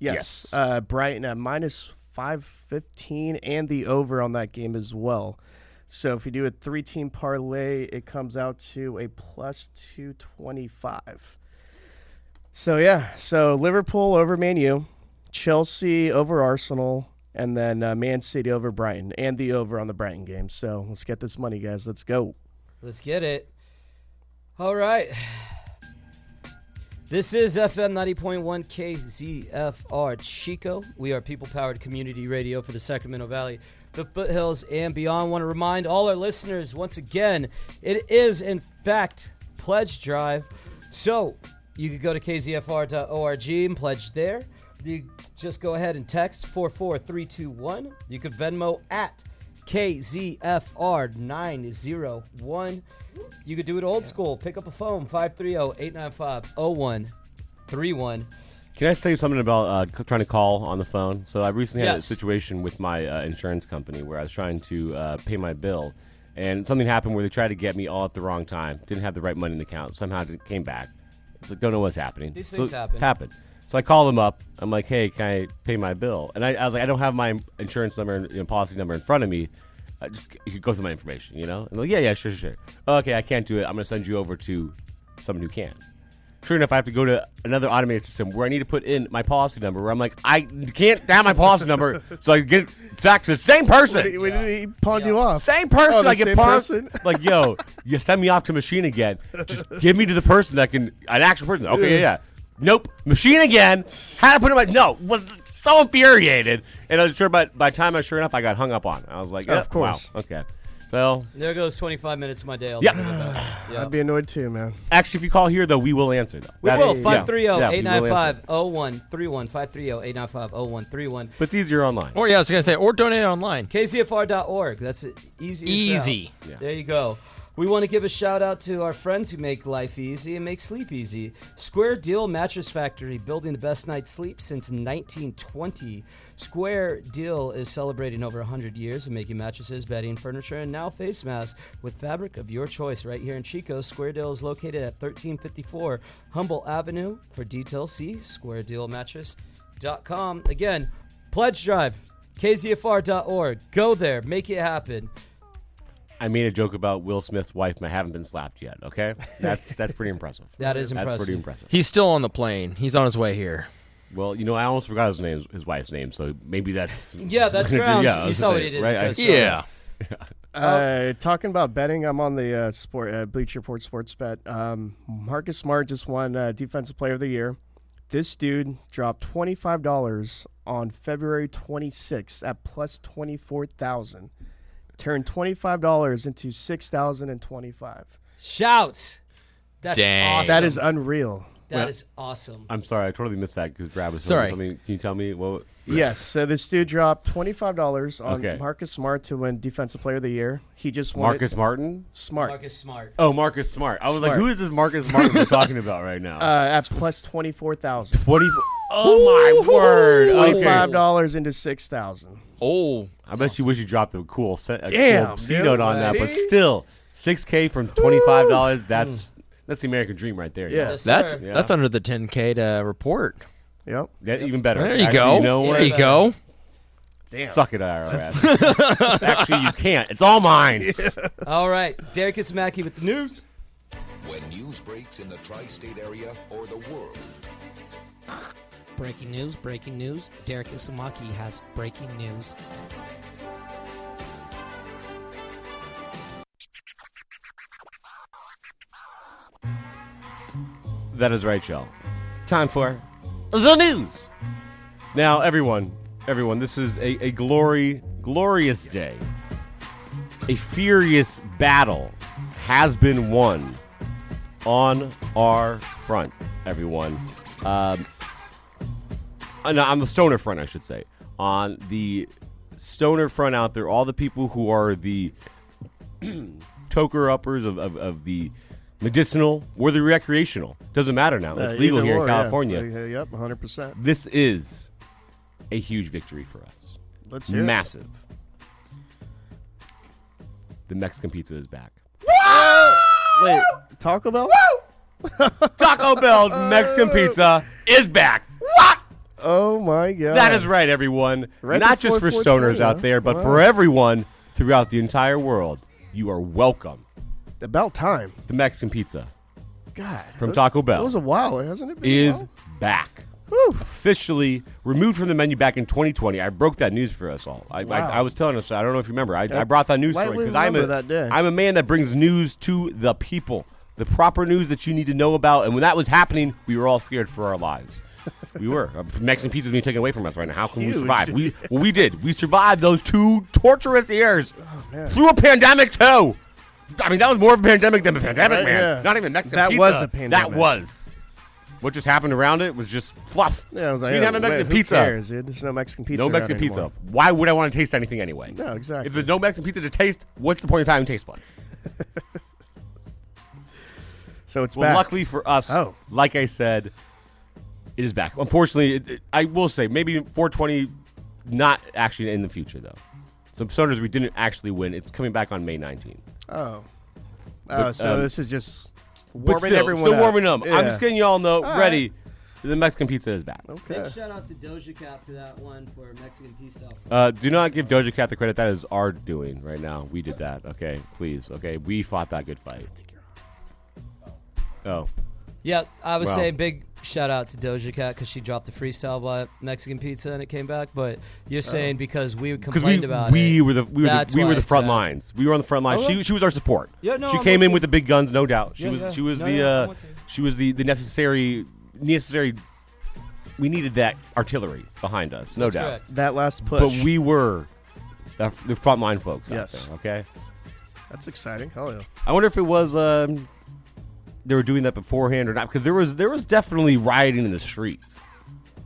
[SPEAKER 4] Yes.
[SPEAKER 1] Yes.
[SPEAKER 4] Uh Brighton at minus five fifteen and the over on that game as well. So if you do a three team parlay, it comes out to a plus two twenty five. So yeah, so Liverpool over Man U, Chelsea over Arsenal, and then uh, Man City over Brighton and the over on the Brighton game. So let's get this money, guys. Let's go.
[SPEAKER 2] Let's get it. All right. This is FM 90.1 KZFR Chico. We are people powered community radio for the Sacramento Valley, the foothills, and beyond. Want to remind all our listeners once again, it is in fact pledge drive. So you could go to kzfr.org and pledge there. You just go ahead and text 44321. You could Venmo at KZFR901. You could do it old school. Pick up a phone, oh, 530-895-0131.
[SPEAKER 1] Can I say something about uh, c- trying to call on the phone? So I recently had a
[SPEAKER 2] Yes.
[SPEAKER 1] situation with my uh, insurance company where I was trying to uh, pay my bill, and something happened where they tried to get me all at the wrong time. Didn't have the right money in the account. Somehow it came back. It's like don't know what's happening.
[SPEAKER 2] These
[SPEAKER 1] So
[SPEAKER 2] things
[SPEAKER 1] it
[SPEAKER 2] happen.
[SPEAKER 1] Happened. So I call them up. I'm like, hey, can I pay my bill? And I, I was like, I don't have my insurance number and you know, policy number in front of me. I just you could go through my information, you know? And they're like, yeah, yeah, sure, sure. sure. Okay, I can't do it. I'm gonna send you over to someone who can sure enough, I have to go to another automated system where I need to put in my policy number. Where I'm like, I can't have my policy
[SPEAKER 4] (laughs)
[SPEAKER 1] number, so I get it back to the same
[SPEAKER 4] Wait,
[SPEAKER 1] person.
[SPEAKER 4] wait, he pawned you
[SPEAKER 2] Yeah.
[SPEAKER 4] off.
[SPEAKER 1] Same person,
[SPEAKER 4] the
[SPEAKER 1] I get
[SPEAKER 4] same
[SPEAKER 1] pawned.
[SPEAKER 4] person? (laughs)
[SPEAKER 1] Like, yo, you send me off to machine again. Just give me to the person that can, an actual person. Okay, yeah, yeah. Nope, machine again. Had to put in my no. Was so infuriated, and I was sure. By by the time I sure enough, I got hung up on. I was like,
[SPEAKER 4] Of
[SPEAKER 1] yep,
[SPEAKER 4] course.
[SPEAKER 1] wow, okay. So
[SPEAKER 2] There goes 25 minutes of my day. I'll
[SPEAKER 1] Yeah.
[SPEAKER 2] never get back. Yeah.
[SPEAKER 4] I'd be annoyed too, man.
[SPEAKER 1] actually, if you call here though, we will answer though.
[SPEAKER 2] We
[SPEAKER 1] That's-
[SPEAKER 2] will.
[SPEAKER 1] yeah.
[SPEAKER 2] oh, 530-895-0131.
[SPEAKER 1] yeah,
[SPEAKER 2] 530-895-0131.
[SPEAKER 1] But it's easier online.
[SPEAKER 5] Or yeah, I was gonna say, or donate online.
[SPEAKER 2] KZFR.org. That's it. Easy.
[SPEAKER 5] Easy.
[SPEAKER 1] Yeah.
[SPEAKER 2] There you go. We want to give a shout out to our friends who make life easy and make sleep easy. Square Deal Mattress Factory, building the best night's sleep since 1920. Square Deal is celebrating over 100 years of making mattresses, bedding, furniture, and now face masks with fabric of your choice right here in Chico. Square Deal is located at 1354 Humble Avenue. For details, see squaredealmattress.com. Again, pledge drive, kzfr.org. Go there, make it happen.
[SPEAKER 1] I made a joke about Will Smith's wife, and I haven't been slapped yet. Okay, that's that's pretty impressive.
[SPEAKER 2] That is
[SPEAKER 1] That's pretty
[SPEAKER 2] impressive.
[SPEAKER 1] impressive.
[SPEAKER 5] He's still on the plane. He's on his way here.
[SPEAKER 1] Well, you know, I almost forgot his name, his wife's name. So maybe that's (laughs)
[SPEAKER 2] Yeah, that's grounds.
[SPEAKER 1] I
[SPEAKER 2] You
[SPEAKER 1] was
[SPEAKER 2] saw
[SPEAKER 1] gonna
[SPEAKER 2] what
[SPEAKER 1] say,
[SPEAKER 2] he did
[SPEAKER 1] Right? I-
[SPEAKER 2] because-
[SPEAKER 5] Yeah.
[SPEAKER 4] Uh, talking about betting, I'm on the uh, sport uh, Bleach Report Sports Bet. Um, Marcus Smart just won uh, Defensive Player of the Year. This dude dropped twenty five dollars on February 26th at plus twenty four thousand. Turned twenty five dollars into six thousand and twenty five.
[SPEAKER 2] Shouts. That's
[SPEAKER 5] Dang.
[SPEAKER 2] awesome.
[SPEAKER 4] That is unreal.
[SPEAKER 2] That is awesome.
[SPEAKER 1] I'm sorry, I totally missed that because Brad was
[SPEAKER 5] Sorry.
[SPEAKER 1] sorry. something. Can you tell me what?
[SPEAKER 4] Yes. So this dude dropped twenty five dollars on
[SPEAKER 1] Okay.
[SPEAKER 4] Marcus Smart to win Defensive Player of the Year. He just wanted
[SPEAKER 1] Marcus Martin?
[SPEAKER 4] Smart
[SPEAKER 2] Marcus Smart.
[SPEAKER 1] Oh, Marcus Smart. I was like,
[SPEAKER 4] Smart.
[SPEAKER 1] who is this Marcus Martin we're talking about right now?
[SPEAKER 4] uh, at plus twenty four thousand.
[SPEAKER 1] what do you? Oh my word!
[SPEAKER 4] Twenty
[SPEAKER 1] Okay.
[SPEAKER 4] five dollars into six thousand.
[SPEAKER 5] Oh,
[SPEAKER 1] I bet you wish you dropped a cool set, a
[SPEAKER 4] Damn,
[SPEAKER 1] cool
[SPEAKER 4] dude.
[SPEAKER 1] C note on that, but
[SPEAKER 4] See?
[SPEAKER 1] still, six k from twenty five dollars. That's that's the American dream right there.
[SPEAKER 4] Yeah.
[SPEAKER 2] Yes,
[SPEAKER 5] that's
[SPEAKER 2] sir.
[SPEAKER 5] that's under the 10k to report.
[SPEAKER 4] Yep.
[SPEAKER 1] That- even better.
[SPEAKER 5] There you
[SPEAKER 1] Actually,
[SPEAKER 5] go.
[SPEAKER 1] You know
[SPEAKER 5] there
[SPEAKER 1] what?
[SPEAKER 5] you go.
[SPEAKER 1] Suck it, IRS.
[SPEAKER 5] (laughs)
[SPEAKER 1] Actually, you can't. It's all mine.
[SPEAKER 2] All right, Derek Ismaki with the news.
[SPEAKER 6] When news breaks in the tri state area or the world,
[SPEAKER 7] Breaking news, breaking news. Derek Isumaki has breaking news.
[SPEAKER 1] That is right, y'all. Time for the news. Now, everyone, everyone, this is a, a glory, glorious day. A furious battle has been won on our front, everyone. Um, on, on the stoner front, I should say. On the stoner front out there, all the people who are the (clears throat) toker uppers of, of, of the medicinal or the recreational. Doesn't matter now. It's
[SPEAKER 4] Uh,
[SPEAKER 1] legal
[SPEAKER 4] either
[SPEAKER 1] here
[SPEAKER 4] or,
[SPEAKER 1] in
[SPEAKER 4] yeah.
[SPEAKER 1] California.
[SPEAKER 4] Uh, yep, 100%.
[SPEAKER 1] This is a huge victory for us.
[SPEAKER 4] Let's hear it.
[SPEAKER 1] Massive. The Mexican pizza is back.
[SPEAKER 4] Wait, Taco Bell?
[SPEAKER 1] Taco
[SPEAKER 4] (laughs)
[SPEAKER 1] Bell's
[SPEAKER 4] Uh.
[SPEAKER 1] Mexican pizza is back. What?
[SPEAKER 4] Oh my god.
[SPEAKER 1] That is right, everyone.
[SPEAKER 4] Right
[SPEAKER 1] Not just for
[SPEAKER 4] before
[SPEAKER 1] stoners
[SPEAKER 4] 420,
[SPEAKER 1] out there, but
[SPEAKER 4] huh?
[SPEAKER 1] for
[SPEAKER 4] Wow.
[SPEAKER 1] everyone throughout the entire world. You are welcome.
[SPEAKER 4] about time.
[SPEAKER 1] The Mexican pizza
[SPEAKER 4] God.
[SPEAKER 1] from
[SPEAKER 4] that-
[SPEAKER 1] Taco Bell.
[SPEAKER 4] That was a while, hasn't it? Been a
[SPEAKER 1] is
[SPEAKER 4] while?
[SPEAKER 1] back. Officially removed from the menu back in 2020. I broke that news for us all. I,
[SPEAKER 4] Wow.
[SPEAKER 1] I, I was telling us. I don't know if you remember. I, I brought that news story
[SPEAKER 4] lightly
[SPEAKER 1] because I'm a
[SPEAKER 4] remember that day.
[SPEAKER 1] am a man that brings news to the people, the proper news that you need to know about. And when that was happening, we were all scared for our lives. we
[SPEAKER 4] (laughs)
[SPEAKER 1] were. Uh, Mexican pizza is being taken away from us right now. How can we
[SPEAKER 4] huge.
[SPEAKER 1] survive? We well, we did. We survived those two torturous years
[SPEAKER 4] Oh,
[SPEAKER 1] through a pandemic too. I mean, that was more of a pandemic than a pandemic,
[SPEAKER 4] Right,
[SPEAKER 1] man.
[SPEAKER 4] yeah.
[SPEAKER 1] Not even Mexican
[SPEAKER 4] That
[SPEAKER 1] pizza.
[SPEAKER 4] was a
[SPEAKER 1] That
[SPEAKER 4] pandemic.
[SPEAKER 1] was. What just happened around it was just fluff.
[SPEAKER 4] Yeah, I was like,
[SPEAKER 1] you
[SPEAKER 4] yeah,
[SPEAKER 1] didn't have a Mexican
[SPEAKER 4] wait, who
[SPEAKER 1] pizza.
[SPEAKER 4] Cares, dude? There's no Mexican pizza.
[SPEAKER 1] No
[SPEAKER 4] around
[SPEAKER 1] Mexican
[SPEAKER 4] anymore.
[SPEAKER 1] pizza. Why would I want to taste anything anyway?
[SPEAKER 4] No, exactly.
[SPEAKER 1] If there's no Mexican pizza to taste, what's the point of having taste buds?
[SPEAKER 4] So it's
[SPEAKER 1] Well,
[SPEAKER 4] back.
[SPEAKER 1] luckily for us,
[SPEAKER 4] Oh.
[SPEAKER 1] like I said, it is back. Unfortunately, it, it- I will say maybe 420, not actually in the future though. Some Soners we didn't actually win. It's coming back on May 19th.
[SPEAKER 4] Oh. oh,
[SPEAKER 1] But,
[SPEAKER 4] so
[SPEAKER 1] um,
[SPEAKER 4] this is just
[SPEAKER 1] But
[SPEAKER 4] warming
[SPEAKER 1] still,
[SPEAKER 4] everyone
[SPEAKER 1] still
[SPEAKER 4] up.
[SPEAKER 1] warming up.
[SPEAKER 4] Yeah.
[SPEAKER 1] I'm just getting y'all know
[SPEAKER 4] All
[SPEAKER 1] ready. The Mexican pizza is back.
[SPEAKER 4] Okay.
[SPEAKER 2] shout out to Doja Cat for that one for Mexican pizza.
[SPEAKER 1] Uh, do not give Doja Cat the credit that is our doing right now. We did that. Okay, please. Okay, we fought that good fight. Oh,
[SPEAKER 2] Yeah, I was
[SPEAKER 1] Wow.
[SPEAKER 2] saying big shout out to Doja Cat because she dropped the freestyle by Mexican pizza and it came back. But you're saying because we
[SPEAKER 1] because
[SPEAKER 2] complained
[SPEAKER 1] we
[SPEAKER 2] about
[SPEAKER 1] we
[SPEAKER 2] it.
[SPEAKER 1] were the we were the,
[SPEAKER 2] That's
[SPEAKER 1] we
[SPEAKER 2] why
[SPEAKER 1] were the
[SPEAKER 2] it's
[SPEAKER 1] front
[SPEAKER 2] back.
[SPEAKER 1] lines. We were on the front line. She she was our support.
[SPEAKER 2] Yeah, no,
[SPEAKER 1] she
[SPEAKER 2] I'm
[SPEAKER 1] came
[SPEAKER 2] with
[SPEAKER 1] in
[SPEAKER 2] you.
[SPEAKER 1] with the big guns, no doubt. She
[SPEAKER 2] Yeah,
[SPEAKER 1] was
[SPEAKER 2] yeah.
[SPEAKER 1] she was
[SPEAKER 2] No,
[SPEAKER 1] the
[SPEAKER 2] yeah, I'm
[SPEAKER 1] uh,
[SPEAKER 2] with you.
[SPEAKER 1] she was the the necessary necessary. We needed that artillery behind us, no
[SPEAKER 2] That's
[SPEAKER 1] doubt.
[SPEAKER 2] correct.
[SPEAKER 4] That last push.
[SPEAKER 1] But we were the, the front line folks. out
[SPEAKER 4] Yes.
[SPEAKER 1] there, okay.
[SPEAKER 4] That's exciting. Hell yeah.
[SPEAKER 1] I wonder if it was um, they were doing that beforehand or not because there was there was definitely rioting in the streets.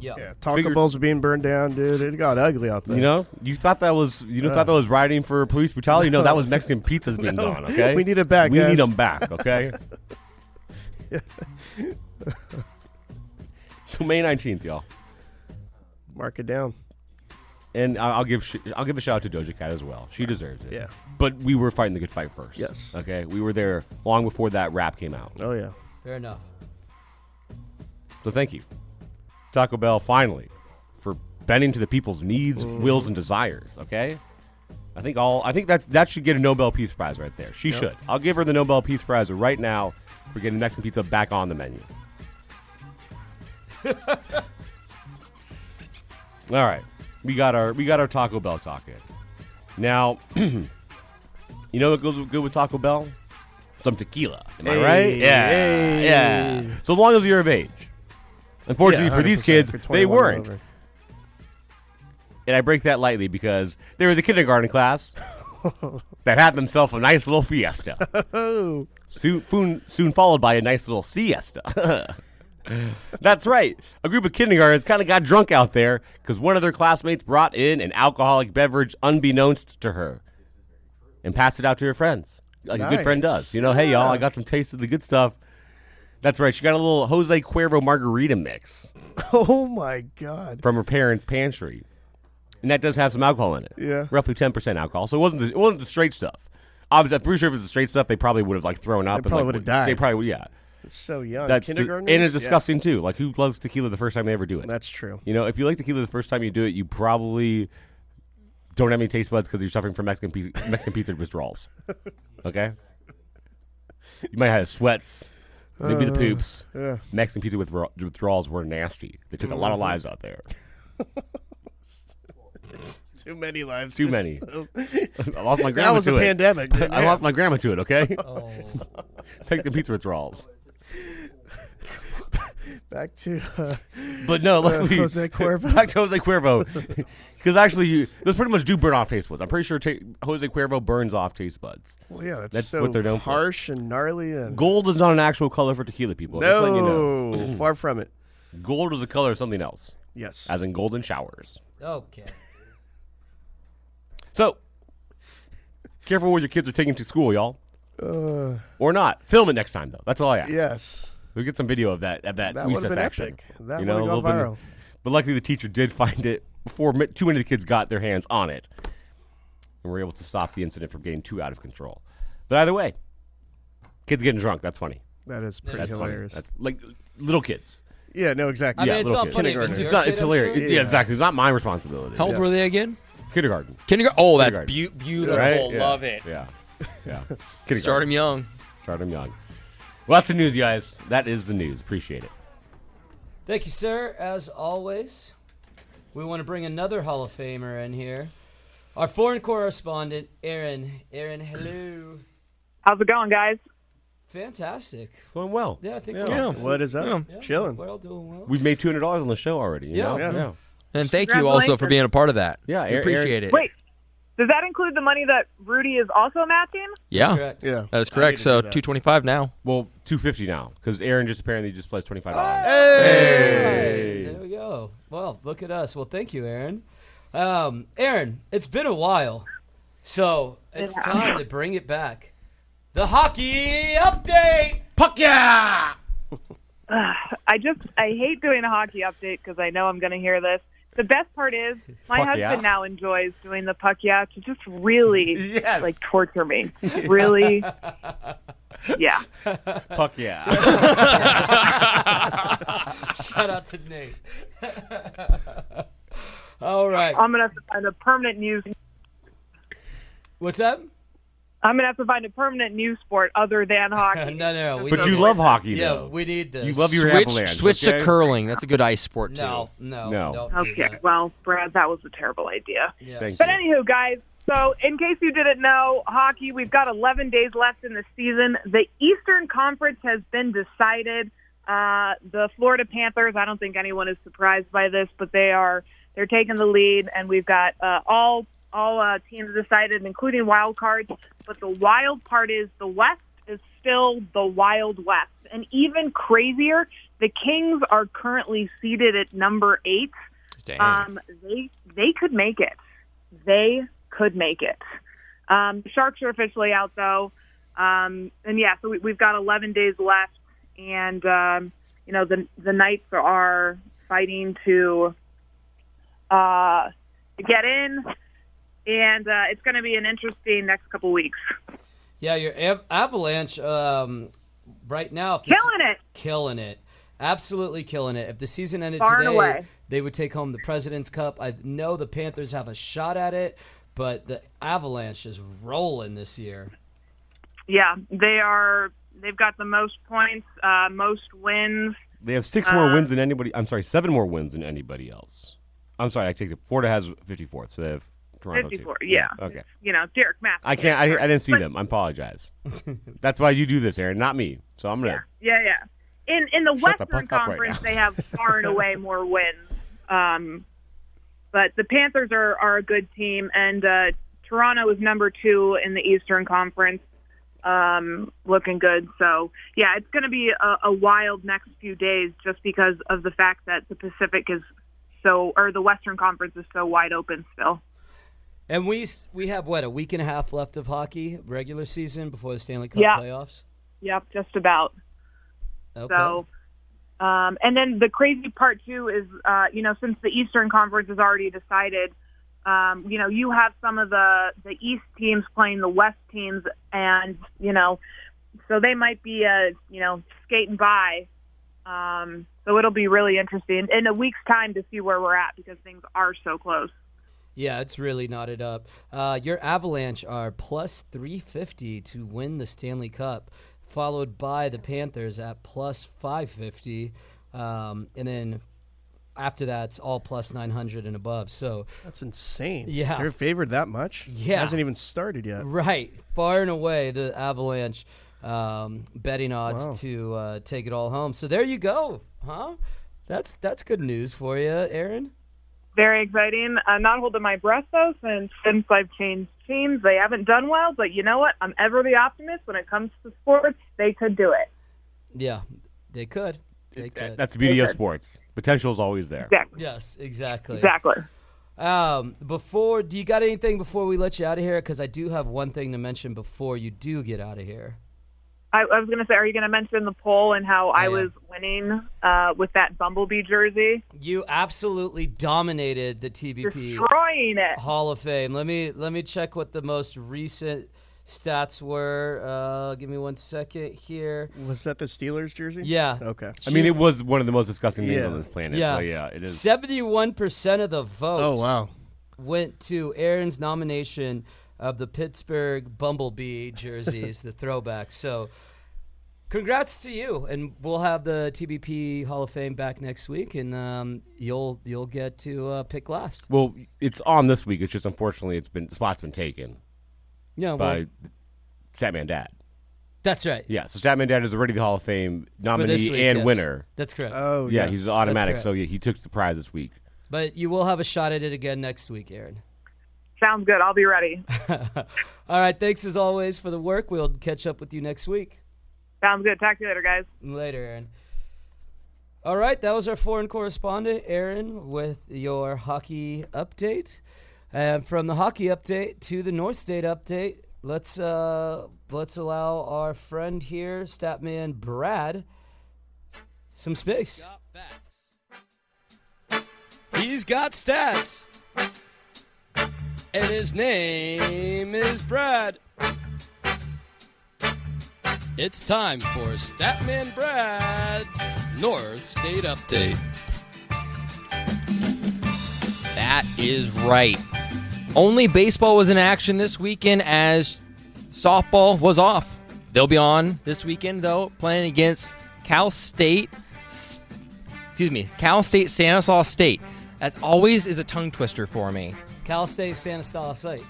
[SPEAKER 2] Yeah.
[SPEAKER 4] Yeah, Taco
[SPEAKER 1] Figured-
[SPEAKER 4] Bell's were being burned down, dude. It got ugly out there.
[SPEAKER 1] You know, you thought that was you know, thought that was rioting for police brutality. No, that was Mexican pizzas being
[SPEAKER 4] (laughs) No.
[SPEAKER 1] gone. Okay,
[SPEAKER 4] We need it back,
[SPEAKER 1] We
[SPEAKER 4] guys.
[SPEAKER 1] need them back.
[SPEAKER 4] (laughs)
[SPEAKER 1] Okay. so May nineteenth, y'all,
[SPEAKER 4] mark it down.
[SPEAKER 1] and I- I'll give sh- I'll give a shout out to Doja Cat as well. She deserves it.
[SPEAKER 4] Yeah.
[SPEAKER 1] But we were fighting the good fight first.
[SPEAKER 4] Yes.
[SPEAKER 1] Okay. We were there long before that rap came out.
[SPEAKER 4] Oh yeah.
[SPEAKER 2] Fair enough.
[SPEAKER 1] So thank you, Taco Bell, finally, for bending to the people's needs, wills, and desires. Okay, I think all I think that that should get a Nobel Peace Prize right there. She should. I'll give her the Nobel Peace Prize right now for getting Mexican pizza back on the menu. (laughs) all right, we got our we got our Taco Bell talking. Now, (clears throat) you know what goes good with Taco Bell? Some tequila. Am I right?
[SPEAKER 4] Hey,
[SPEAKER 1] Yeah.
[SPEAKER 4] hey.
[SPEAKER 1] Yeah. So long as you're of age. Unfortunately
[SPEAKER 4] Yeah,
[SPEAKER 1] for these
[SPEAKER 4] 100%,
[SPEAKER 1] kids,
[SPEAKER 4] for
[SPEAKER 1] they
[SPEAKER 4] 21 and
[SPEAKER 1] weren't.
[SPEAKER 4] over.
[SPEAKER 1] And I break that lightly because there was a kindergarten class
[SPEAKER 4] (laughs)
[SPEAKER 1] that had themselves a nice little
[SPEAKER 4] (laughs)
[SPEAKER 1] fiesta. soon, soon, soon followed by a nice little siesta. (laughs) That's right. A group of kindergartners kind of got drunk out there because one of their classmates brought in an alcoholic beverage unbeknownst to her and passed it out to her friends. Like a good friend
[SPEAKER 4] Nice.
[SPEAKER 1] does. You know, hey, y'all, I got some taste of the good stuff. That's right. She got a little Jose Cuervo margarita mix
[SPEAKER 4] (laughs) Oh my god.
[SPEAKER 1] from her parents' pantry, and that does have some alcohol in it.
[SPEAKER 4] Yeah.
[SPEAKER 1] roughly ten percent alcohol. So it wasn't the, it wasn't the straight stuff. Obviously, I'm pretty sure if it was the straight stuff, they probably would have like thrown up. and,
[SPEAKER 4] probably
[SPEAKER 1] like,
[SPEAKER 4] would have
[SPEAKER 1] w- They
[SPEAKER 4] died.
[SPEAKER 1] probably would- yeah.
[SPEAKER 4] It's so young.
[SPEAKER 1] That's
[SPEAKER 4] Kindergarten.
[SPEAKER 1] and it's disgusting too. Like who loves tequila the first time they ever do it?
[SPEAKER 4] That's true.
[SPEAKER 1] you know, if you like tequila the first time you do it, you probably don't have any taste buds because you're suffering from Mexican pizza, Mexican pizza (laughs) withdrawals. Okay. You might have had sweats, maybe the poops.
[SPEAKER 4] Uh, yeah. Mm-hmm.
[SPEAKER 1] Mexican pizza withdraw- withdrawals were nasty. They took a lot of lives out there.
[SPEAKER 4] Too many lives.
[SPEAKER 1] Too
[SPEAKER 4] (laughs)
[SPEAKER 1] many. I lost my grandma
[SPEAKER 4] That was
[SPEAKER 1] to
[SPEAKER 4] a
[SPEAKER 1] it. (laughs)
[SPEAKER 4] pandemic.
[SPEAKER 1] I lost my grandma to it, okay?
[SPEAKER 2] Oh,
[SPEAKER 1] (laughs) Take the pizza withdrawals.
[SPEAKER 4] (laughs) Back to uh,
[SPEAKER 1] But no, luckily.
[SPEAKER 4] (laughs) Jose
[SPEAKER 1] (laughs)
[SPEAKER 4] Cuervo.
[SPEAKER 1] Back to Jose Cuervo. (laughs) Because actually, you, those pretty much do burn off taste buds. I'm pretty sure ta- Jose Cuervo burns off taste buds.
[SPEAKER 4] well, yeah, that's,
[SPEAKER 1] That's
[SPEAKER 4] so
[SPEAKER 1] what they're known for.
[SPEAKER 4] harsh and gnarly and
[SPEAKER 1] Gold is not an actual color for tequila, people. I'm Just
[SPEAKER 4] no,
[SPEAKER 1] letting you know.
[SPEAKER 4] far from it.
[SPEAKER 1] Gold is a color of something else,
[SPEAKER 4] Yes.
[SPEAKER 1] as in golden showers.
[SPEAKER 2] okay.
[SPEAKER 1] So, careful where your kids are taking to school, y'all.
[SPEAKER 4] Uh.
[SPEAKER 1] or not. Film it next time, though. That's all I ask.
[SPEAKER 4] yes.
[SPEAKER 1] We get some video of that of that,
[SPEAKER 4] That would've
[SPEAKER 1] recess
[SPEAKER 4] been
[SPEAKER 1] action.
[SPEAKER 4] epic. That
[SPEAKER 1] you know,
[SPEAKER 4] would've
[SPEAKER 1] a little
[SPEAKER 4] gone
[SPEAKER 1] bit-
[SPEAKER 4] viral.
[SPEAKER 1] But luckily, the teacher did find it before mi- too many of the kids got their hands on it, and were able to stop the incident from getting too out of control. But either way, kids getting drunk. That's funny.
[SPEAKER 4] That is pretty
[SPEAKER 1] That's
[SPEAKER 4] hilarious.
[SPEAKER 1] funny. That's like little kids.
[SPEAKER 4] yeah, no, exactly.
[SPEAKER 2] I
[SPEAKER 1] Yeah,
[SPEAKER 2] mean, it's
[SPEAKER 1] little
[SPEAKER 2] not
[SPEAKER 1] kid.
[SPEAKER 2] funny. if
[SPEAKER 4] Kindergarten.
[SPEAKER 2] your
[SPEAKER 1] It's not.
[SPEAKER 2] kid,
[SPEAKER 1] It's
[SPEAKER 2] I'm
[SPEAKER 1] hilarious.
[SPEAKER 2] sure.
[SPEAKER 1] It-
[SPEAKER 4] Yeah.
[SPEAKER 1] yeah, exactly. It's not my responsibility.
[SPEAKER 5] How old
[SPEAKER 1] Yeah.
[SPEAKER 5] were
[SPEAKER 4] Yes.
[SPEAKER 5] they again?
[SPEAKER 1] Kindergarten.
[SPEAKER 5] Kindergarten. Oh, that's
[SPEAKER 1] Kindergarten.
[SPEAKER 5] beau- beautiful.
[SPEAKER 1] Right? Yeah.
[SPEAKER 5] Love it.
[SPEAKER 2] (laughs)
[SPEAKER 1] Yeah. Yeah. Kindergarten.
[SPEAKER 5] Start him young.
[SPEAKER 1] Start 'em young. Well, that's the news, guys. That is the news. Appreciate it.
[SPEAKER 2] Thank you, sir. As always, we want to bring another Hall of Famer in here. Our foreign correspondent, Aaron. Aaron, hello.
[SPEAKER 8] How's it going, guys?
[SPEAKER 2] Fantastic.
[SPEAKER 1] Going well.
[SPEAKER 2] Yeah, I think
[SPEAKER 1] Yeah.
[SPEAKER 2] we're, all-
[SPEAKER 4] What is up?
[SPEAKER 2] yeah,
[SPEAKER 4] Chilling.
[SPEAKER 2] We're all doing well.
[SPEAKER 1] We've made two hundred dollars on the show already. you
[SPEAKER 2] Yeah.
[SPEAKER 1] know?
[SPEAKER 4] Yeah.
[SPEAKER 1] yeah.
[SPEAKER 5] And thank you also for
[SPEAKER 8] Congratulations.
[SPEAKER 5] being a part of that.
[SPEAKER 1] Yeah,
[SPEAKER 5] We
[SPEAKER 1] Aaron-
[SPEAKER 5] appreciate it.
[SPEAKER 8] Wait, does that include the money that Rudy is also matching?
[SPEAKER 5] Yeah,
[SPEAKER 2] Correct.
[SPEAKER 4] Yeah.
[SPEAKER 5] that is correct. So
[SPEAKER 4] that.
[SPEAKER 5] two twenty five now.
[SPEAKER 1] Well, two fifty now because Aaron just apparently just pledged twenty five dollars.
[SPEAKER 2] Hey, There we go. Well, look at us. Well, thank you, Aaron. Um, Aaron, it's been a while, so it's time to bring it back. The hockey update.
[SPEAKER 1] Puck yeah!
[SPEAKER 8] I just I hate doing a hockey update because I know I'm going to hear this. The best part is my
[SPEAKER 1] Puck
[SPEAKER 8] husband
[SPEAKER 1] yeah.
[SPEAKER 8] now enjoys doing the puck yeah to just really
[SPEAKER 1] Yes.
[SPEAKER 8] like
[SPEAKER 1] (laughs)
[SPEAKER 8] torture me. Really, yeah.
[SPEAKER 1] Puck yeah!
[SPEAKER 2] (laughs) Shout out to Nate. (laughs) All right.
[SPEAKER 8] I'm gonna have to find a permanent new.
[SPEAKER 2] What's up? (laughs)
[SPEAKER 8] I'm gonna have to find a permanent new sport other
[SPEAKER 1] (laughs)
[SPEAKER 8] than
[SPEAKER 2] No,
[SPEAKER 8] hockey.
[SPEAKER 2] no, no. We
[SPEAKER 1] but
[SPEAKER 2] need
[SPEAKER 1] you
[SPEAKER 2] it.
[SPEAKER 1] love hockey,
[SPEAKER 2] Yeah,
[SPEAKER 1] though.
[SPEAKER 2] we need this.
[SPEAKER 1] you love your
[SPEAKER 5] Switch,
[SPEAKER 1] avalanche.
[SPEAKER 5] switch
[SPEAKER 1] okay?
[SPEAKER 5] to curling. That's a good ice sport too.
[SPEAKER 2] No, no,
[SPEAKER 1] No.
[SPEAKER 2] don't do
[SPEAKER 8] Okay,
[SPEAKER 2] that.
[SPEAKER 8] well, Brad, that was a terrible idea.
[SPEAKER 2] Yes.
[SPEAKER 1] Thank
[SPEAKER 8] But
[SPEAKER 1] you.
[SPEAKER 8] anywho, guys, so in case you didn't know, hockey, we've got 11 days left in the season. The Eastern Conference has been decided. Uh, the Florida Panthers, I don't think anyone is surprised by this, but they are they're taking the lead, and we've got uh, all all uh, teams decided, including wild cards. But the wild part is the West is still the Wild West, and even crazier, the Kings are currently seated at number eight.
[SPEAKER 5] Damn.
[SPEAKER 8] Um, they they could make it. They could make it. Um, sharks are officially out though, um, and yeah, so we, we've got 11 days left, and um, you know the the Knights are fighting to uh, get in, and uh, it's going to be an interesting next couple weeks.
[SPEAKER 2] Yeah, your av- avalanche. Um, right now, if this-
[SPEAKER 8] Killing it.
[SPEAKER 2] killing it, absolutely killing it. If the season ended
[SPEAKER 8] Far and
[SPEAKER 2] today,
[SPEAKER 8] away.
[SPEAKER 2] they would take home the President's Cup. I know the Panthers have a shot at it, but the Avalanche is rolling this year.
[SPEAKER 8] Yeah, they are. They've got the most points, uh, most wins.
[SPEAKER 1] They have six
[SPEAKER 2] Ah!
[SPEAKER 1] more wins than anybody. I'm sorry, seven more wins than anybody else. I'm sorry, I take it. Florida has 54th, so they have Toronto too.
[SPEAKER 8] 54. Yeah.
[SPEAKER 1] Okay.
[SPEAKER 8] You know, Derek Math.
[SPEAKER 1] I can't. I, I didn't see them. I apologize. (laughs) That's why you do this, Aaron, not me. So I'm gonna.
[SPEAKER 8] Yeah, yeah. In in the
[SPEAKER 1] Shut the
[SPEAKER 8] Western
[SPEAKER 1] fuck up right
[SPEAKER 8] Conference,
[SPEAKER 1] now.
[SPEAKER 8] they have far
[SPEAKER 1] (laughs)
[SPEAKER 8] and away more wins. Um, but the Panthers are are a good team, and uh, Toronto is number two in the Eastern Conference. um, looking good. So yeah, it's going to be a, a wild next few days just because of the fact that the Pacific is so, or the Western Conference is so wide open still.
[SPEAKER 2] And we s- we have what a week and a half left of hockey regular season before the Stanley Cup
[SPEAKER 8] Yeah.
[SPEAKER 2] playoffs.
[SPEAKER 8] Yep, just about.
[SPEAKER 2] Okay.
[SPEAKER 8] So, um, and then the crazy part too is, uh, you know, since the Eastern Conference is already decided, um, you know, you have some of the the East teams playing the West teams, and you know, so they might be, uh, you know, skating by. Um, so it'll be really interesting in a week's time to see where we're at because things are so close.
[SPEAKER 2] yeah, it's really knotted up. Uh, your Avalanche are plus three fifty to win the Stanley Cup, followed by the Panthers at plus five fifty, um, and then after that it's all plus nine hundred and above. So
[SPEAKER 4] That's insane.
[SPEAKER 2] Yeah.
[SPEAKER 4] They're favored that much?
[SPEAKER 2] Yeah.
[SPEAKER 4] It hasn't even started yet.
[SPEAKER 2] Right, far and away the Avalanche um, betting odds to uh, take it all home. So there you go, huh? That's that's good news for you, Aaron.
[SPEAKER 8] Very exciting. I'm not holding my breath though, since since I've changed teams, they haven't done well. But you know what? I'm ever the optimist when it comes to sports. They could do it.
[SPEAKER 2] Yeah, they could. They could.
[SPEAKER 1] That's the beauty of sports. Potential is always there.
[SPEAKER 8] Exactly.
[SPEAKER 2] yes, exactly.
[SPEAKER 8] Exactly.
[SPEAKER 2] Um, before, do you got anything before we let you out of here? Because I do have one thing to mention before you do get out of here.
[SPEAKER 8] I, I was going to say, are you going to mention the poll and how I
[SPEAKER 2] yeah.
[SPEAKER 8] was winning uh, with that bumblebee jersey,
[SPEAKER 2] You absolutely dominated the TVP.
[SPEAKER 8] destroying it?
[SPEAKER 2] Hall of Fame. Let me let me check what the most recent stats were. Uh, give me one second here.
[SPEAKER 4] Was that the Steelers jersey?
[SPEAKER 2] Yeah.
[SPEAKER 4] Okay.
[SPEAKER 1] I mean, it was one of the most disgusting things
[SPEAKER 4] Yeah.
[SPEAKER 1] on this planet.
[SPEAKER 2] Yeah.
[SPEAKER 1] So uh, yeah, it is.
[SPEAKER 2] Seventy-one percent of the vote
[SPEAKER 4] Oh, wow.
[SPEAKER 2] went to Aaron's nomination of the Pittsburgh Bumblebee jerseys, the throwback. So, congrats to you, and we'll have the TBP Hall of Fame back next week, and um, you'll you'll get to uh, pick last.
[SPEAKER 1] Well, it's on this week. It's just unfortunately, it's been the spot's been taken
[SPEAKER 2] Yeah, well,
[SPEAKER 1] by Statman Dad.
[SPEAKER 2] that's right.
[SPEAKER 1] Yeah, so Statman Dad is already the Hall of Fame
[SPEAKER 2] For this
[SPEAKER 1] nominee
[SPEAKER 2] week,
[SPEAKER 1] and
[SPEAKER 2] yes.
[SPEAKER 1] winner.
[SPEAKER 2] That's correct.
[SPEAKER 4] Oh,
[SPEAKER 1] Yeah,
[SPEAKER 4] yes.
[SPEAKER 1] he's automatic.
[SPEAKER 2] correct.
[SPEAKER 1] So yeah, he took the prize this week.
[SPEAKER 2] but you will have a shot at it again next week, Aaron.
[SPEAKER 8] Sounds good. I'll be ready.
[SPEAKER 2] All right. Thanks as always for the work. We'll catch up with you next week.
[SPEAKER 8] Sounds good. Talk to you later, guys.
[SPEAKER 2] Later, Aaron. All right. That was our foreign correspondent, Aaron, with your hockey update. And from the hockey update to the North State update, let's uh, let's allow our friend here, Statman Brad, some space.
[SPEAKER 9] He's got stats. And his name is Brad. It's time for Statman Brad's North State Update.
[SPEAKER 5] That is right. Only baseball was in action this weekend as softball was off. They'll be on this weekend though, playing against Cal State. S- Excuse me, Cal State Stanislaus State. That always is a tongue twister for me.
[SPEAKER 2] Cal State Stanislaus State.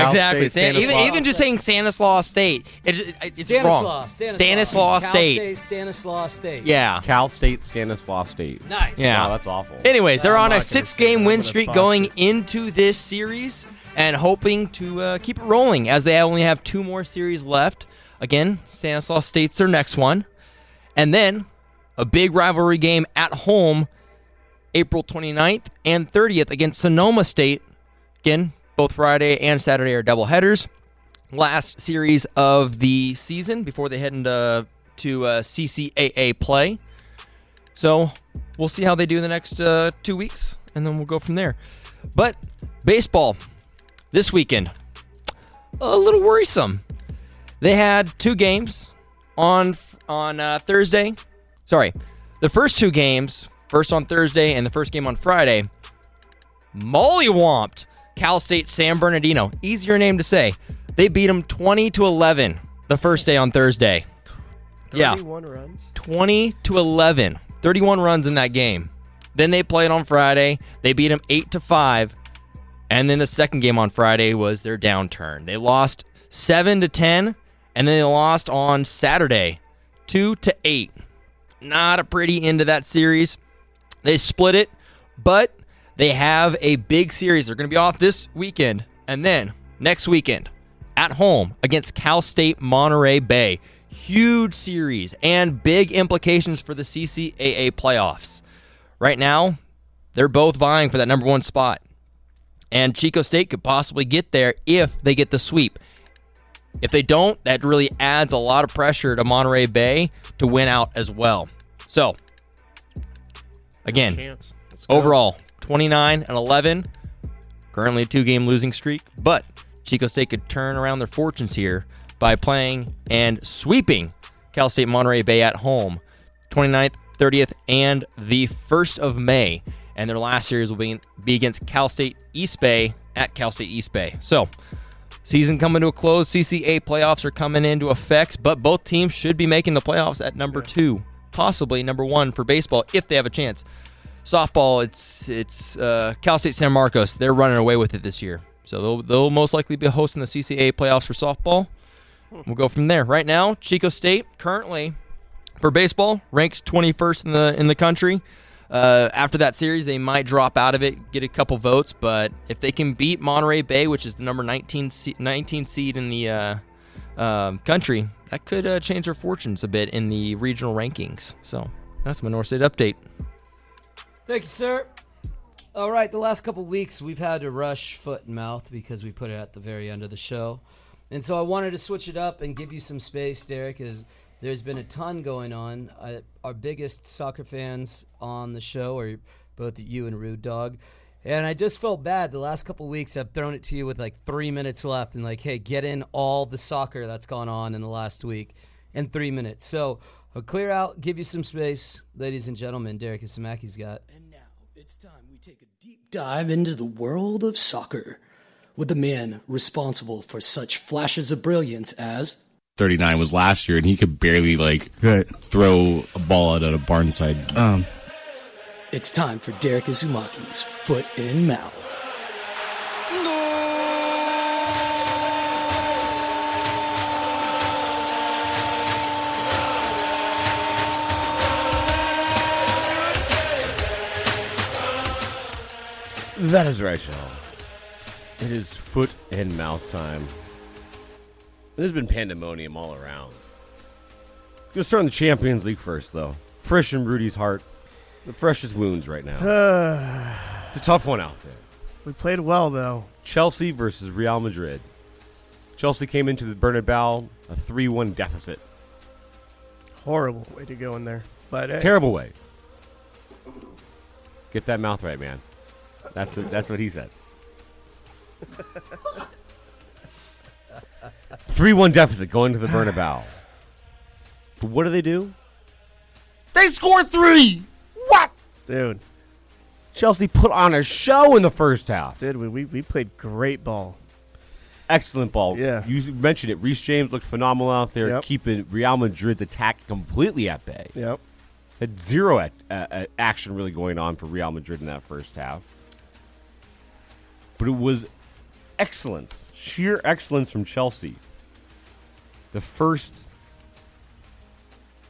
[SPEAKER 1] (laughs) Cal
[SPEAKER 5] exactly.
[SPEAKER 1] State,
[SPEAKER 5] Stan- even,
[SPEAKER 1] Stanislaus.
[SPEAKER 5] even just saying Stanislaus State, it, it, it's wrong.
[SPEAKER 2] Stanislaus.
[SPEAKER 5] Stanislaus
[SPEAKER 2] Cal
[SPEAKER 5] State.
[SPEAKER 2] State. Stanislaus State.
[SPEAKER 5] Yeah.
[SPEAKER 1] Cal State, Stanislaus State.
[SPEAKER 2] Nice.
[SPEAKER 5] Yeah.
[SPEAKER 1] Wow, that's awful.
[SPEAKER 5] Anyways, they're
[SPEAKER 4] I'm
[SPEAKER 5] on
[SPEAKER 4] not
[SPEAKER 5] a
[SPEAKER 4] gonna say
[SPEAKER 5] six-game
[SPEAKER 4] that. I'm
[SPEAKER 5] win
[SPEAKER 4] gonna
[SPEAKER 5] streak
[SPEAKER 4] box
[SPEAKER 5] going
[SPEAKER 4] it.
[SPEAKER 5] into this series and hoping to uh, keep it rolling as they only have two more series left. Again, Stanislaus State's their next one. And then a big rivalry game at home April 29th and 30th against Sonoma State. Again, both Friday and Saturday are doubleheaders. Last series of the season before they head into to uh, CCAA play. So we'll see how they do in the next uh, two weeks, and then we'll go from there. But baseball this weekend, a little worrisome. They had two games on on uh, Thursday. Sorry, the first two games, first on Thursday and the first game on Friday, mollywomped Cal State San Bernardino. Easier name to say. They beat them 20 to 11 the first day on Thursday. Yeah.
[SPEAKER 4] 31 runs.
[SPEAKER 5] 20 to 11 31 runs in that game then they played on friday they beat them 8 to 5 and then the second game on friday was their downturn they lost 7 to 10 and then they lost on saturday 2 to 8 not a pretty end to that series they split it but they have a big series they're going to be off this weekend and then next weekend at home against Cal State Monterey Bay. Huge series and big implications for the CCAA playoffs. Right now, they're both vying for that number one spot. And Chico State could possibly get there if they get the sweep. If they don't, that really adds a lot of pressure to Monterey Bay to win out as well. So, again,
[SPEAKER 10] Chance. Let's go.
[SPEAKER 5] overall 29 and 11, currently a two game losing streak, but Chico State could turn around their fortunes here by playing and sweeping Cal State Monterey Bay at home 29th, 30th, and the 1st of May. And their last series will be, be against Cal State East Bay at Cal State East Bay. So, Season coming to a close. CCA playoffs are coming into effects, but both teams should be making the playoffs at number two, possibly number one for baseball if they have a chance. Softball, it's it's uh, Cal State San Marcos. They're running away with it this year, so they'll they'll most likely be hosting the CCA playoffs for softball. We'll go from there. Right now, Chico State currently for baseball ranked 21st in the in the country. Uh, after that series, they might drop out of it, get a couple votes, but if they can beat Monterey Bay, which is the number 19 se- 19 seed in the uh, um, country, that could uh, change their fortunes a bit in the regional rankings. So that's my North State update.
[SPEAKER 2] Thank you, sir. All right, the last couple weeks we've had to rush foot and mouth because we put it at the very end of the show. And so I wanted to switch it up and give you some space, Derek, as there's been a ton going on. I, our biggest soccer fans on the show are both you and Rude Dog. And I just felt bad the last couple weeks I've thrown it to you with like three minutes left and like, hey, get in all the soccer that's gone on in the last week in three minutes. So I'll clear out, give you some space. Ladies and gentlemen, Derek Isamaki's got
[SPEAKER 9] It's time we take a deep dive into the world of soccer with the man responsible for such flashes of brilliance as
[SPEAKER 11] 39 was last year, and he could barely like throw a ball out at a barnside. Um,
[SPEAKER 9] It's time for Derek Izumaki's Foot in Mouth.
[SPEAKER 1] That is right, y'all. It is foot and mouth time. There's been pandemonium all around. Gonna start in the Champions League first, though. Fresh in Rudy's heart, the freshest wounds right now. it's a tough one out there.
[SPEAKER 4] we played well though.
[SPEAKER 1] Chelsea versus Real Madrid. Chelsea came into the Bernabeu a 3-1 deficit.
[SPEAKER 4] Horrible way to go in there. But hey,
[SPEAKER 1] Terrible way. Get that mouth right, man. That's what that's what he said. Three one deficit going to the Bernabeu. But what do they do? They score three. What?
[SPEAKER 4] dude,
[SPEAKER 1] Chelsea put on a show in the first half.
[SPEAKER 4] did we, we we played great ball.
[SPEAKER 1] Excellent ball.
[SPEAKER 4] Yeah.
[SPEAKER 1] You mentioned it. Reece James looked phenomenal out there,
[SPEAKER 4] Yep.
[SPEAKER 1] keeping Real Madrid's attack completely at bay.
[SPEAKER 4] Yep.
[SPEAKER 1] had zero at, uh, uh, action really going on for Real Madrid in that first half. But it was excellence, sheer excellence from Chelsea. The first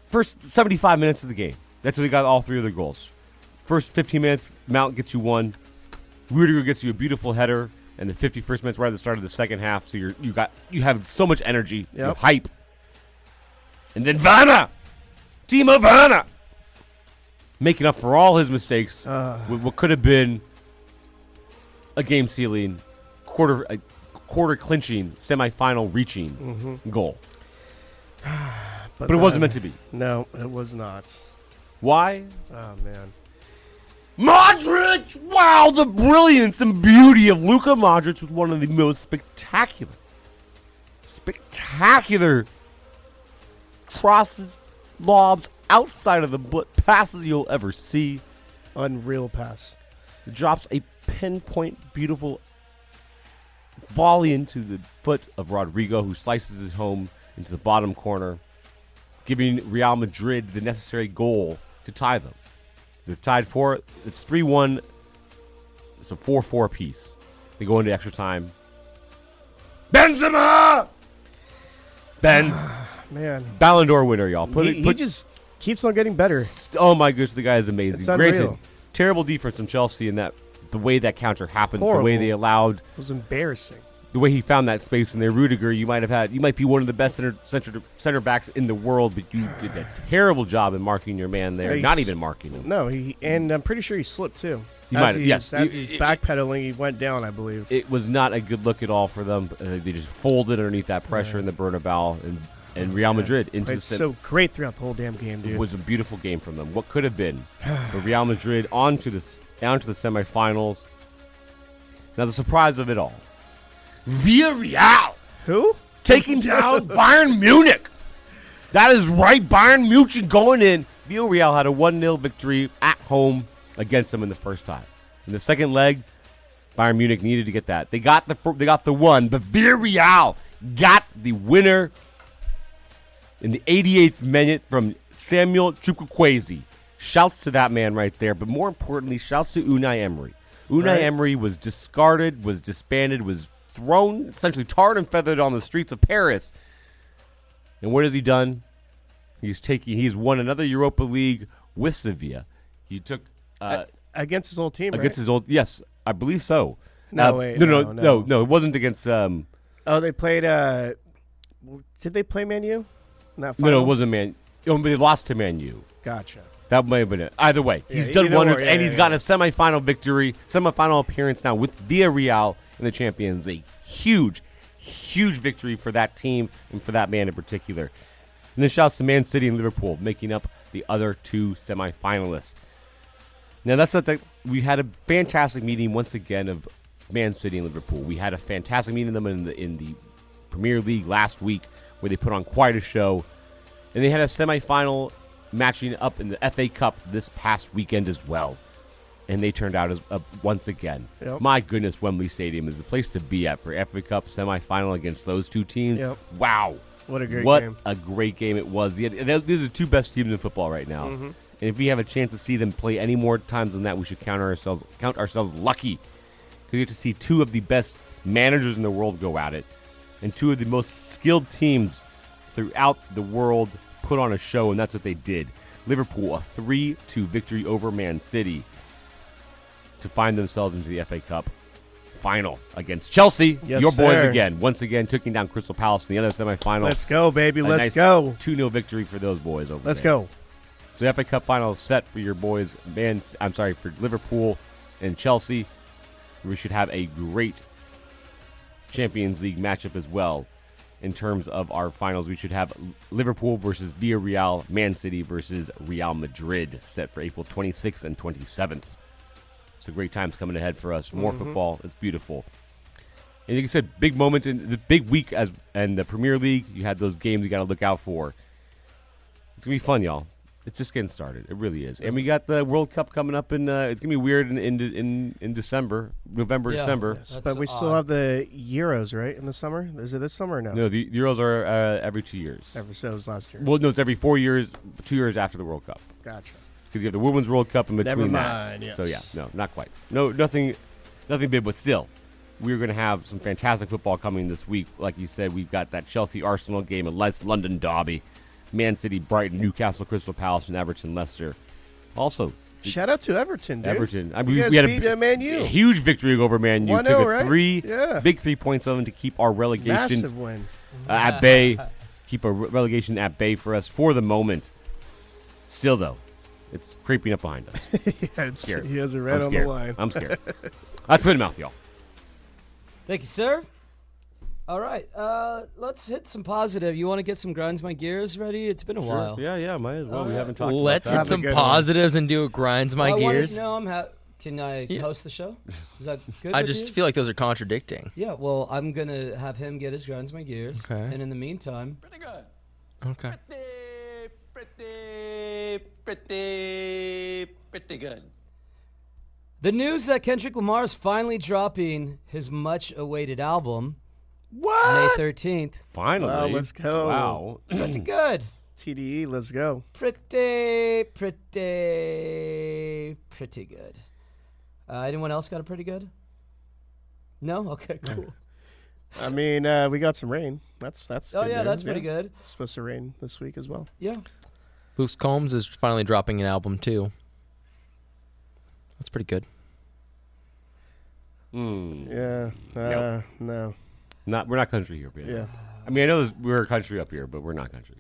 [SPEAKER 1] first 75 minutes of the game. That's where they got all three of their goals. First 15 minutes, Mount gets you one. Rudiger gets you a beautiful header, and the 51st minutes right at the start of the second half. So you're you got you have so much energy, you have
[SPEAKER 4] Yep.
[SPEAKER 1] hype, and then Vanna, Timo Vanna, making up for all his mistakes with what could have been a game sealing, quarter a quarter clinching, semifinal reaching goal, but it wasn't
[SPEAKER 4] then-
[SPEAKER 1] meant to be.
[SPEAKER 4] No, it was not.
[SPEAKER 1] Why?
[SPEAKER 4] Oh man.
[SPEAKER 1] Modric! Wow, the brilliance and beauty of Luka Modric was one of the most spectacular, spectacular crosses, lobs outside of the butt passes you'll ever see.
[SPEAKER 4] Unreal pass.
[SPEAKER 1] Drops a pinpoint, beautiful volley into the foot of Rodrigo, who slices his home into the bottom corner, giving Real Madrid the necessary goal to tie them. They're tied four. It's three one. It's a four four piece. They go into extra time. Benzema, Benz,
[SPEAKER 4] Man.
[SPEAKER 1] Ballon d'Or winner, y'all. Put
[SPEAKER 4] he,
[SPEAKER 1] it. Put,
[SPEAKER 4] he just keeps on getting better.
[SPEAKER 1] oh my gosh, the guy is amazing.
[SPEAKER 4] It's unreal.
[SPEAKER 1] Granted, terrible defense from Chelsea in that the way that counter happened, the way
[SPEAKER 4] Horrible.
[SPEAKER 1] they allowed
[SPEAKER 4] It was embarrassing.
[SPEAKER 1] the way he found that space in there, Rudiger, you might have had, you might be one of the best center center, center backs in the world, but you did a terrible job in marking your man there.
[SPEAKER 4] Yeah, he
[SPEAKER 1] Not
[SPEAKER 4] s-
[SPEAKER 1] even marking him.
[SPEAKER 4] No, he and I'm pretty sure he slipped too.
[SPEAKER 1] He
[SPEAKER 4] as
[SPEAKER 1] might have-
[SPEAKER 4] he's,
[SPEAKER 1] yes,
[SPEAKER 4] as
[SPEAKER 1] you-
[SPEAKER 4] he's backpedaling, he went down, I believe.
[SPEAKER 1] It was not a good look at all for them. Uh, they just folded underneath that pressure in the Bernabeu and, and Real Madrid into
[SPEAKER 4] Played
[SPEAKER 1] the
[SPEAKER 4] so great throughout the whole damn game, dude.
[SPEAKER 1] It was a beautiful game from them. What could have been? But Real Madrid onto the s- down to the semifinals. Now the surprise of it all. Villarreal.
[SPEAKER 4] Who?
[SPEAKER 1] Taking
[SPEAKER 4] (laughs)
[SPEAKER 1] down Bayern Munich. That is right, Bayern Munich going in. Villarreal had a 1-0 victory at home against them in the first time. In the second leg, Bayern Munich needed to get that. They got the fir- they got the one, but Villarreal got the winner in the 88th minute from Samuel Chukwueze. Shouts to that man right there, but more importantly, shouts to Unai Emery. Unai
[SPEAKER 4] Right.
[SPEAKER 1] Emery was discarded, was disbanded, was thrown essentially tarred and feathered on the streets of Paris. And what has he done? He's taking he's won another Europa League with Sevilla. He took uh,
[SPEAKER 4] against his old team.
[SPEAKER 1] against
[SPEAKER 4] right?
[SPEAKER 1] his old yes, I believe so.
[SPEAKER 4] No,
[SPEAKER 1] Uh,
[SPEAKER 4] wait,
[SPEAKER 1] no, no,
[SPEAKER 4] no,
[SPEAKER 1] no,
[SPEAKER 4] no.
[SPEAKER 1] no, It wasn't against um.
[SPEAKER 4] Oh, they played. uh Did they play Man U? In that
[SPEAKER 1] No, no,
[SPEAKER 4] final?
[SPEAKER 1] it wasn't Man. Oh, but they lost to Man U.
[SPEAKER 4] Gotcha.
[SPEAKER 1] That may have been it. Either way,
[SPEAKER 4] Yeah,
[SPEAKER 1] he's
[SPEAKER 4] either
[SPEAKER 1] done wonders,
[SPEAKER 4] or, yeah,
[SPEAKER 1] and
[SPEAKER 4] yeah,
[SPEAKER 1] he's gotten a semifinal victory, semifinal appearance now with Villarreal in the Champions League. Huge, huge victory for that team and for that man in particular. And then shouts to Man City and Liverpool, making up the other two semifinalists. Now that's not that we had a fantastic meeting once again of Man City and Liverpool. We had a fantastic meeting of them in the in the Premier League last week where they put on quite a show. And they had a semifinal matching up in the FA Cup this past weekend as well. And they turned out as uh, once again.
[SPEAKER 4] Yep.
[SPEAKER 1] My goodness, Wembley Stadium is the place to be at for FA Cup semifinal against those two teams.
[SPEAKER 4] Yep.
[SPEAKER 1] Wow.
[SPEAKER 4] What a great
[SPEAKER 1] what
[SPEAKER 4] game.
[SPEAKER 1] a great game it was. Yeah, and those- these are the two best teams in football right now.
[SPEAKER 4] Mm-hmm.
[SPEAKER 1] And if we have a chance to see them play any more times than that, we should count ourselves count ourselves lucky because you get to see two of the best managers in the world go at it, and two of the most skilled teams throughout the world put on a show, and that's what they did. Liverpool a three-two victory over Man City to find themselves into the FA Cup final against Chelsea.
[SPEAKER 4] Yes,
[SPEAKER 1] Your boys
[SPEAKER 4] sir.
[SPEAKER 1] again, once again, taking down Crystal Palace in the other semifinal.
[SPEAKER 4] Let's go, baby. Let's go.
[SPEAKER 1] Two 0 victory for those boys over
[SPEAKER 4] Let's
[SPEAKER 1] there.
[SPEAKER 4] go.
[SPEAKER 1] So the FA Cup final is set for your boys, man. I'm sorry for Liverpool and Chelsea. We should have a great Champions League matchup as well. In terms of our finals, we should have Liverpool versus Villarreal, Man City versus Real Madrid set for April 26th and 27th. So great times coming ahead for us. More football. It's beautiful. And like I said, big moment in the big week as and the Premier League. You had those games you got to look out for. It's gonna be fun, y'all. It's just getting started. It really is. And we got the World Cup coming up, in uh, it's gonna be weird in in in, in December, November,
[SPEAKER 2] Yeah.
[SPEAKER 1] December.
[SPEAKER 2] Yes. That's
[SPEAKER 4] but we still
[SPEAKER 2] odd.
[SPEAKER 4] have the Euros, right? In the summer? Is it this summer or no?
[SPEAKER 1] No, the Euros are uh, every two years.
[SPEAKER 4] Ever so it was last year.
[SPEAKER 1] Well, no, it's every four years, two years after the World Cup,
[SPEAKER 4] Gotcha.
[SPEAKER 1] because you have the Women's World Cup in between
[SPEAKER 4] Never
[SPEAKER 1] that.
[SPEAKER 4] mind, yes.
[SPEAKER 1] So yeah, no, not quite. No, nothing, nothing big, but still, we're gonna have some fantastic football coming this week. Like you said, we've got that Chelsea Arsenal game, and Les London Derby, Man City, Brighton, Newcastle, Crystal Palace, and Everton, Leicester. Also,
[SPEAKER 4] Shout out to Everton, dude.
[SPEAKER 1] Everton. I
[SPEAKER 4] You
[SPEAKER 1] mean, we-
[SPEAKER 4] guys
[SPEAKER 1] we had a,
[SPEAKER 4] beat,
[SPEAKER 1] bi-
[SPEAKER 4] uh, Man U.
[SPEAKER 1] a huge victory over Man U.
[SPEAKER 4] 1-0,
[SPEAKER 1] Took a
[SPEAKER 4] right?
[SPEAKER 1] three
[SPEAKER 4] Yeah.
[SPEAKER 1] big three points of them to keep our relegation
[SPEAKER 4] Massive win.
[SPEAKER 1] uh, at bay, keep a re- relegation at bay for us for the moment. Still though, it's creeping up behind (laughs) us.
[SPEAKER 4] Yeah, it's-
[SPEAKER 1] Scared.
[SPEAKER 4] he has a
[SPEAKER 1] I'm
[SPEAKER 4] red on
[SPEAKER 1] scared.
[SPEAKER 4] the line.
[SPEAKER 1] I'm scared. That's foot and mouth, y'all.
[SPEAKER 2] Thank you, sir. All right, uh, let's hit some positive. You want to get some grinds my gears ready? It's been a while.
[SPEAKER 1] Yeah, yeah, might as well. we haven't talked.
[SPEAKER 5] Let's hit
[SPEAKER 4] Have a
[SPEAKER 5] some
[SPEAKER 4] good one.
[SPEAKER 5] positives and do a grinds my
[SPEAKER 2] I wanna-
[SPEAKER 5] gears.
[SPEAKER 2] no, I'm ha- Can I host the show? Is
[SPEAKER 5] (laughs)
[SPEAKER 2] that good?
[SPEAKER 5] I
[SPEAKER 2] with
[SPEAKER 5] just
[SPEAKER 2] you?
[SPEAKER 5] feel like those are contradicting.
[SPEAKER 2] Yeah, well, I'm gonna have him get his grinds my gears,
[SPEAKER 5] Okay.
[SPEAKER 2] and in the meantime,
[SPEAKER 5] Okay.
[SPEAKER 3] Pretty, pretty, pretty good.
[SPEAKER 2] the news that Kendrick Lamar is finally dropping his much-awaited album
[SPEAKER 4] What?
[SPEAKER 2] May 13th.
[SPEAKER 1] Finally,
[SPEAKER 4] Wow, let's go.
[SPEAKER 1] Wow,
[SPEAKER 2] Pretty good.
[SPEAKER 4] TDE, E, let's go.
[SPEAKER 2] Pretty, pretty, pretty good. Uh, anyone else got a pretty good? No. Okay. Cool.
[SPEAKER 4] I mean, uh, we got some rain. That's that's.
[SPEAKER 2] oh
[SPEAKER 4] good
[SPEAKER 2] yeah,
[SPEAKER 4] news,
[SPEAKER 2] that's pretty good.
[SPEAKER 4] It's supposed to rain this week as well.
[SPEAKER 2] Yeah.
[SPEAKER 5] Luke Combs is finally dropping an album too. That's pretty good.
[SPEAKER 1] Mm.
[SPEAKER 4] Yeah. Uh, No.
[SPEAKER 1] Not we're not country here. Peter.
[SPEAKER 4] Yeah.
[SPEAKER 1] I mean, I know there's- we're a country up here, but we're not country.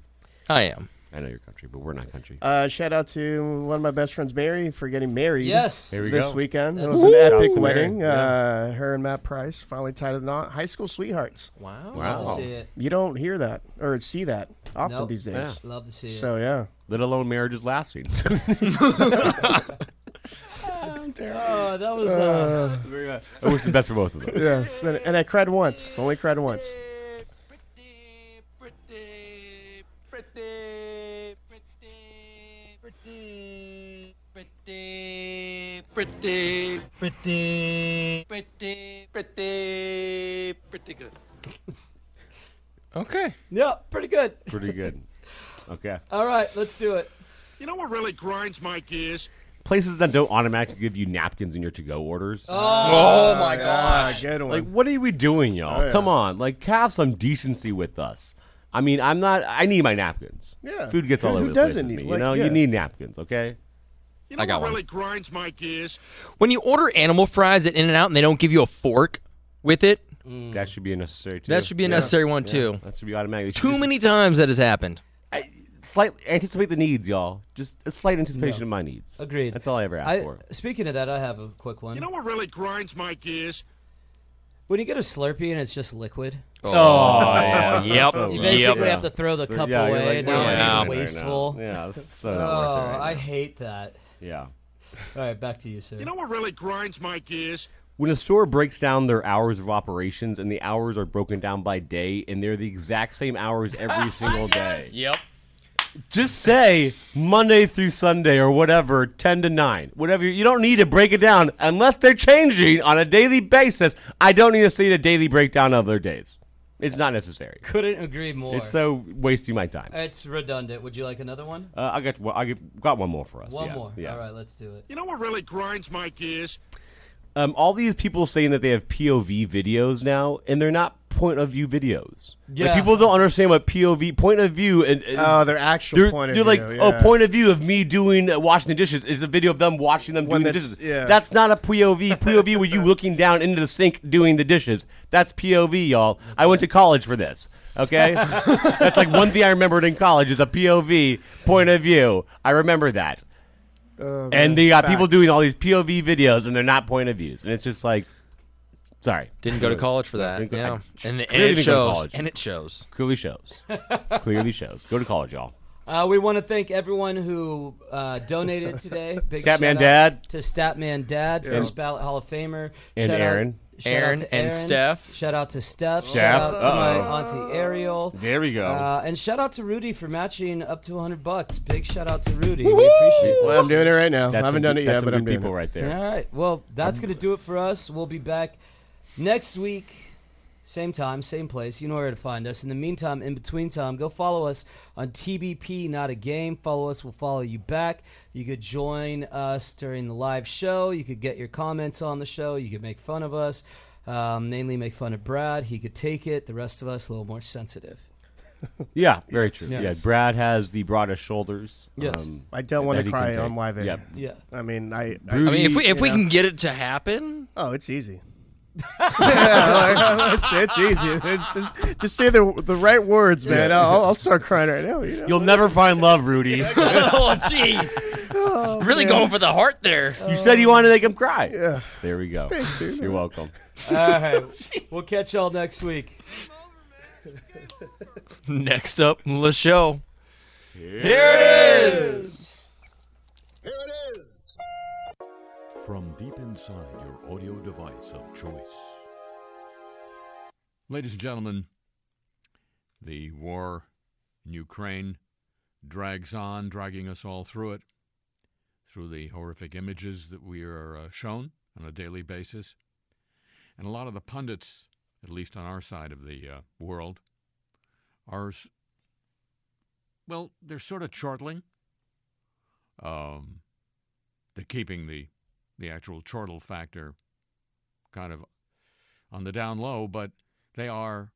[SPEAKER 5] I am.
[SPEAKER 1] I know you're country, but we're not country.
[SPEAKER 4] Uh, shout out to one of my best friends, Mary, for getting married.
[SPEAKER 1] Yes. There we
[SPEAKER 4] this
[SPEAKER 1] go.
[SPEAKER 4] weekend. It
[SPEAKER 1] That's
[SPEAKER 4] was
[SPEAKER 1] Woo!
[SPEAKER 4] an
[SPEAKER 1] Shout out
[SPEAKER 4] epic
[SPEAKER 1] to Mary,
[SPEAKER 4] wedding. Uh, her and Matt Price finally tied a knot. High school sweethearts.
[SPEAKER 5] Wow.
[SPEAKER 1] Wow. Love to see
[SPEAKER 2] it.
[SPEAKER 4] You don't hear that or see that often these days.
[SPEAKER 2] Yeah. Love to see it.
[SPEAKER 4] So yeah.
[SPEAKER 1] Let alone marriages (laughs) lasting.
[SPEAKER 2] Oh, that was
[SPEAKER 4] Uh,
[SPEAKER 2] uh,
[SPEAKER 1] I wish the best for both of them.
[SPEAKER 4] (laughs) yes, and, and I cried once. Only cried once.
[SPEAKER 10] Pretty, pretty, pretty, pretty, pretty good.
[SPEAKER 5] Okay.
[SPEAKER 2] Yeah, pretty good.
[SPEAKER 1] (laughs) Pretty good. Okay.
[SPEAKER 2] All right, let's do it.
[SPEAKER 10] You know what really grinds my gears?
[SPEAKER 1] Places that don't automatically give you napkins in your to-go orders.
[SPEAKER 10] Oh, my gosh.
[SPEAKER 4] Ah, Good
[SPEAKER 1] Like, what are we doing, y'all?
[SPEAKER 10] Oh, yeah.
[SPEAKER 1] Come on. Like, have some decency with us. I mean, I'm not. I need my napkins.
[SPEAKER 10] Yeah.
[SPEAKER 1] Food gets all
[SPEAKER 10] Who
[SPEAKER 1] over the place
[SPEAKER 10] doesn't
[SPEAKER 1] with
[SPEAKER 10] need-
[SPEAKER 1] me.
[SPEAKER 10] like,
[SPEAKER 1] you know,
[SPEAKER 10] yeah.
[SPEAKER 1] you need napkins. Okay.
[SPEAKER 10] You know
[SPEAKER 5] I got
[SPEAKER 10] what
[SPEAKER 5] one.
[SPEAKER 10] really grinds my gears?
[SPEAKER 5] When you order animal fries at In and Out and they don't give you a fork with it,
[SPEAKER 2] Mm.
[SPEAKER 1] That should be a necessary. Too.
[SPEAKER 5] That should be a necessary one, too.
[SPEAKER 1] That should be automatic.
[SPEAKER 5] too many times that has happened.
[SPEAKER 1] Slight anticipate the needs, y'all. Just a slight anticipation
[SPEAKER 2] No.
[SPEAKER 1] of my needs.
[SPEAKER 2] Agreed.
[SPEAKER 1] That's all I ever ask
[SPEAKER 2] I,
[SPEAKER 1] for.
[SPEAKER 2] speaking of that, I have a quick one.
[SPEAKER 10] You know what really grinds my gears?
[SPEAKER 2] When you get a Slurpee and it's just liquid.
[SPEAKER 1] Oh, yeah. Yep.
[SPEAKER 2] You
[SPEAKER 1] Yep.
[SPEAKER 2] basically
[SPEAKER 1] uh, Yeah.
[SPEAKER 2] have to throw the cup
[SPEAKER 1] Yeah, you're
[SPEAKER 2] away.
[SPEAKER 1] like, what
[SPEAKER 2] now
[SPEAKER 1] am I doing
[SPEAKER 2] I'm
[SPEAKER 1] right now?
[SPEAKER 2] wasteful.
[SPEAKER 1] Yeah, it's so
[SPEAKER 2] oh,
[SPEAKER 1] not worth it right
[SPEAKER 2] I
[SPEAKER 1] now.
[SPEAKER 2] hate that.
[SPEAKER 1] Yeah.
[SPEAKER 2] All right, back to you, sir.
[SPEAKER 10] You know what really grinds my gears?
[SPEAKER 1] When a store breaks down their hours of operations and the hours are broken down by day and they're the exact same hours
[SPEAKER 2] (laughs)
[SPEAKER 1] every single day.
[SPEAKER 5] Yep.
[SPEAKER 1] Just say Monday through Sunday or whatever, 10 to 9. Whatever. You don't need to break it down unless they're changing on a daily basis. I don't need to see a daily breakdown of their days. It's not necessary.
[SPEAKER 2] Couldn't agree more.
[SPEAKER 1] It's so wasting my time.
[SPEAKER 2] It's redundant. Would you like another one?
[SPEAKER 1] Uh, I got well, I get- got one more for us.
[SPEAKER 2] One
[SPEAKER 1] yeah,
[SPEAKER 2] more.
[SPEAKER 1] Yeah.
[SPEAKER 2] All right, let's do it.
[SPEAKER 10] You know what really grinds my gears?
[SPEAKER 1] um, all these people saying that they have POV videos now, and they're not point of view videos.
[SPEAKER 10] Yeah.
[SPEAKER 1] Like people don't understand what POV point of view and, and
[SPEAKER 4] Oh, their actual
[SPEAKER 1] they're,
[SPEAKER 4] point of
[SPEAKER 1] they're
[SPEAKER 4] view,
[SPEAKER 1] like
[SPEAKER 4] yeah.
[SPEAKER 1] oh point of view of me doing uh, washing the dishes is a video of them watching them doing the
[SPEAKER 4] that's-
[SPEAKER 1] dishes.
[SPEAKER 4] yeah.
[SPEAKER 1] That's not a
[SPEAKER 4] (laughs)
[SPEAKER 1] POV. POV with you looking down into the sink doing the dishes. That's POV, y'all. I went to college for this.
[SPEAKER 4] (laughs)
[SPEAKER 1] Okay, that's like one thing I remembered in college is a POV point of view. I remember that.
[SPEAKER 4] Oh,
[SPEAKER 1] and they got people doing all these POV videos, and they're not point of views, and it's just like, sorry,
[SPEAKER 5] Didn't go to college for that.
[SPEAKER 1] Didn't go-
[SPEAKER 5] yeah.
[SPEAKER 1] I
[SPEAKER 5] and, and
[SPEAKER 1] clearly
[SPEAKER 5] it
[SPEAKER 1] didn't go to
[SPEAKER 5] shows.
[SPEAKER 1] college.
[SPEAKER 5] And it shows.
[SPEAKER 1] Clearly shows. Clearly shows. Go to college, y'all.
[SPEAKER 2] Uh, we want to thank everyone who
[SPEAKER 1] (laughs)
[SPEAKER 2] uh, donated today.
[SPEAKER 1] Statman
[SPEAKER 2] Big shout out
[SPEAKER 1] Dad.
[SPEAKER 2] to Statman Dad,
[SPEAKER 1] Yeah.
[SPEAKER 2] first ballot Hall of Famer,
[SPEAKER 1] And
[SPEAKER 2] Shout out-
[SPEAKER 1] Aaron.
[SPEAKER 2] shout out
[SPEAKER 5] Aaron
[SPEAKER 2] to
[SPEAKER 5] and
[SPEAKER 2] Aaron.
[SPEAKER 5] Steph.
[SPEAKER 2] Shout out to Steph.
[SPEAKER 1] Steph. Oh.
[SPEAKER 2] Shout out to
[SPEAKER 1] Uh-oh.
[SPEAKER 2] my auntie Ariel.
[SPEAKER 1] There we go.
[SPEAKER 2] Uh, and shout out to Rudy for matching up to 100 bucks. Big shout out to Rudy. We appreciate it.
[SPEAKER 4] Well, I'm doing it right now.
[SPEAKER 1] That's
[SPEAKER 4] I haven't
[SPEAKER 1] some
[SPEAKER 4] done it
[SPEAKER 1] good- that's
[SPEAKER 4] yet,
[SPEAKER 1] some
[SPEAKER 4] but I'm
[SPEAKER 1] good
[SPEAKER 4] doing
[SPEAKER 1] people
[SPEAKER 4] it.
[SPEAKER 1] right there.
[SPEAKER 2] All right. Well, that's going to do it for us. We'll be back next week, same time, same place. You know where to find us. In the meantime, in between time, go follow us on TBP, not a game. Follow us, we'll follow you back. You could join us during the live show. You could get your comments on the show. You could make fun of us, um, mainly make fun of Brad. He could take it. The rest of us, a little more sensitive.
[SPEAKER 1] Yeah, very true.
[SPEAKER 2] Yes.
[SPEAKER 1] Yeah, Brad has the broadest shoulders. Um,
[SPEAKER 2] Yes.
[SPEAKER 4] I don't want
[SPEAKER 1] that
[SPEAKER 4] to
[SPEAKER 1] he
[SPEAKER 4] cry
[SPEAKER 1] can
[SPEAKER 4] on
[SPEAKER 1] take.
[SPEAKER 4] live air.
[SPEAKER 1] Yep.
[SPEAKER 2] Yeah.
[SPEAKER 4] I mean, I. I,
[SPEAKER 1] Rudy-
[SPEAKER 5] I mean, if we if
[SPEAKER 4] you
[SPEAKER 5] we
[SPEAKER 4] know.
[SPEAKER 5] can get it to happen,
[SPEAKER 4] Oh, it's easy. (laughs) yeah, like, (laughs) it's, it's easy. It's just just say the the right words, man. I'll, I'll start crying right now. You know?
[SPEAKER 1] You'll never find love, Rudy.
[SPEAKER 5] oh jeez, (laughs) really going for the heart there.
[SPEAKER 1] you said you wanted to make him cry.
[SPEAKER 4] Yeah.
[SPEAKER 1] There we go.
[SPEAKER 4] Thanks, dude.
[SPEAKER 1] You're welcome.
[SPEAKER 2] All right. we'll catch y'all next week.
[SPEAKER 5] Next up, the show. Here it is.
[SPEAKER 12] From deep inside your audio device of choice. Ladies and gentlemen, the war in Ukraine drags on, dragging us all through it, through the horrific images that we are uh, shown on a daily basis. And a lot of the pundits, at least on our side of the uh, world, are, s- well, they're sort of chortling. Um, they're keeping the, the actual chortle factor kind of on the down low, but they are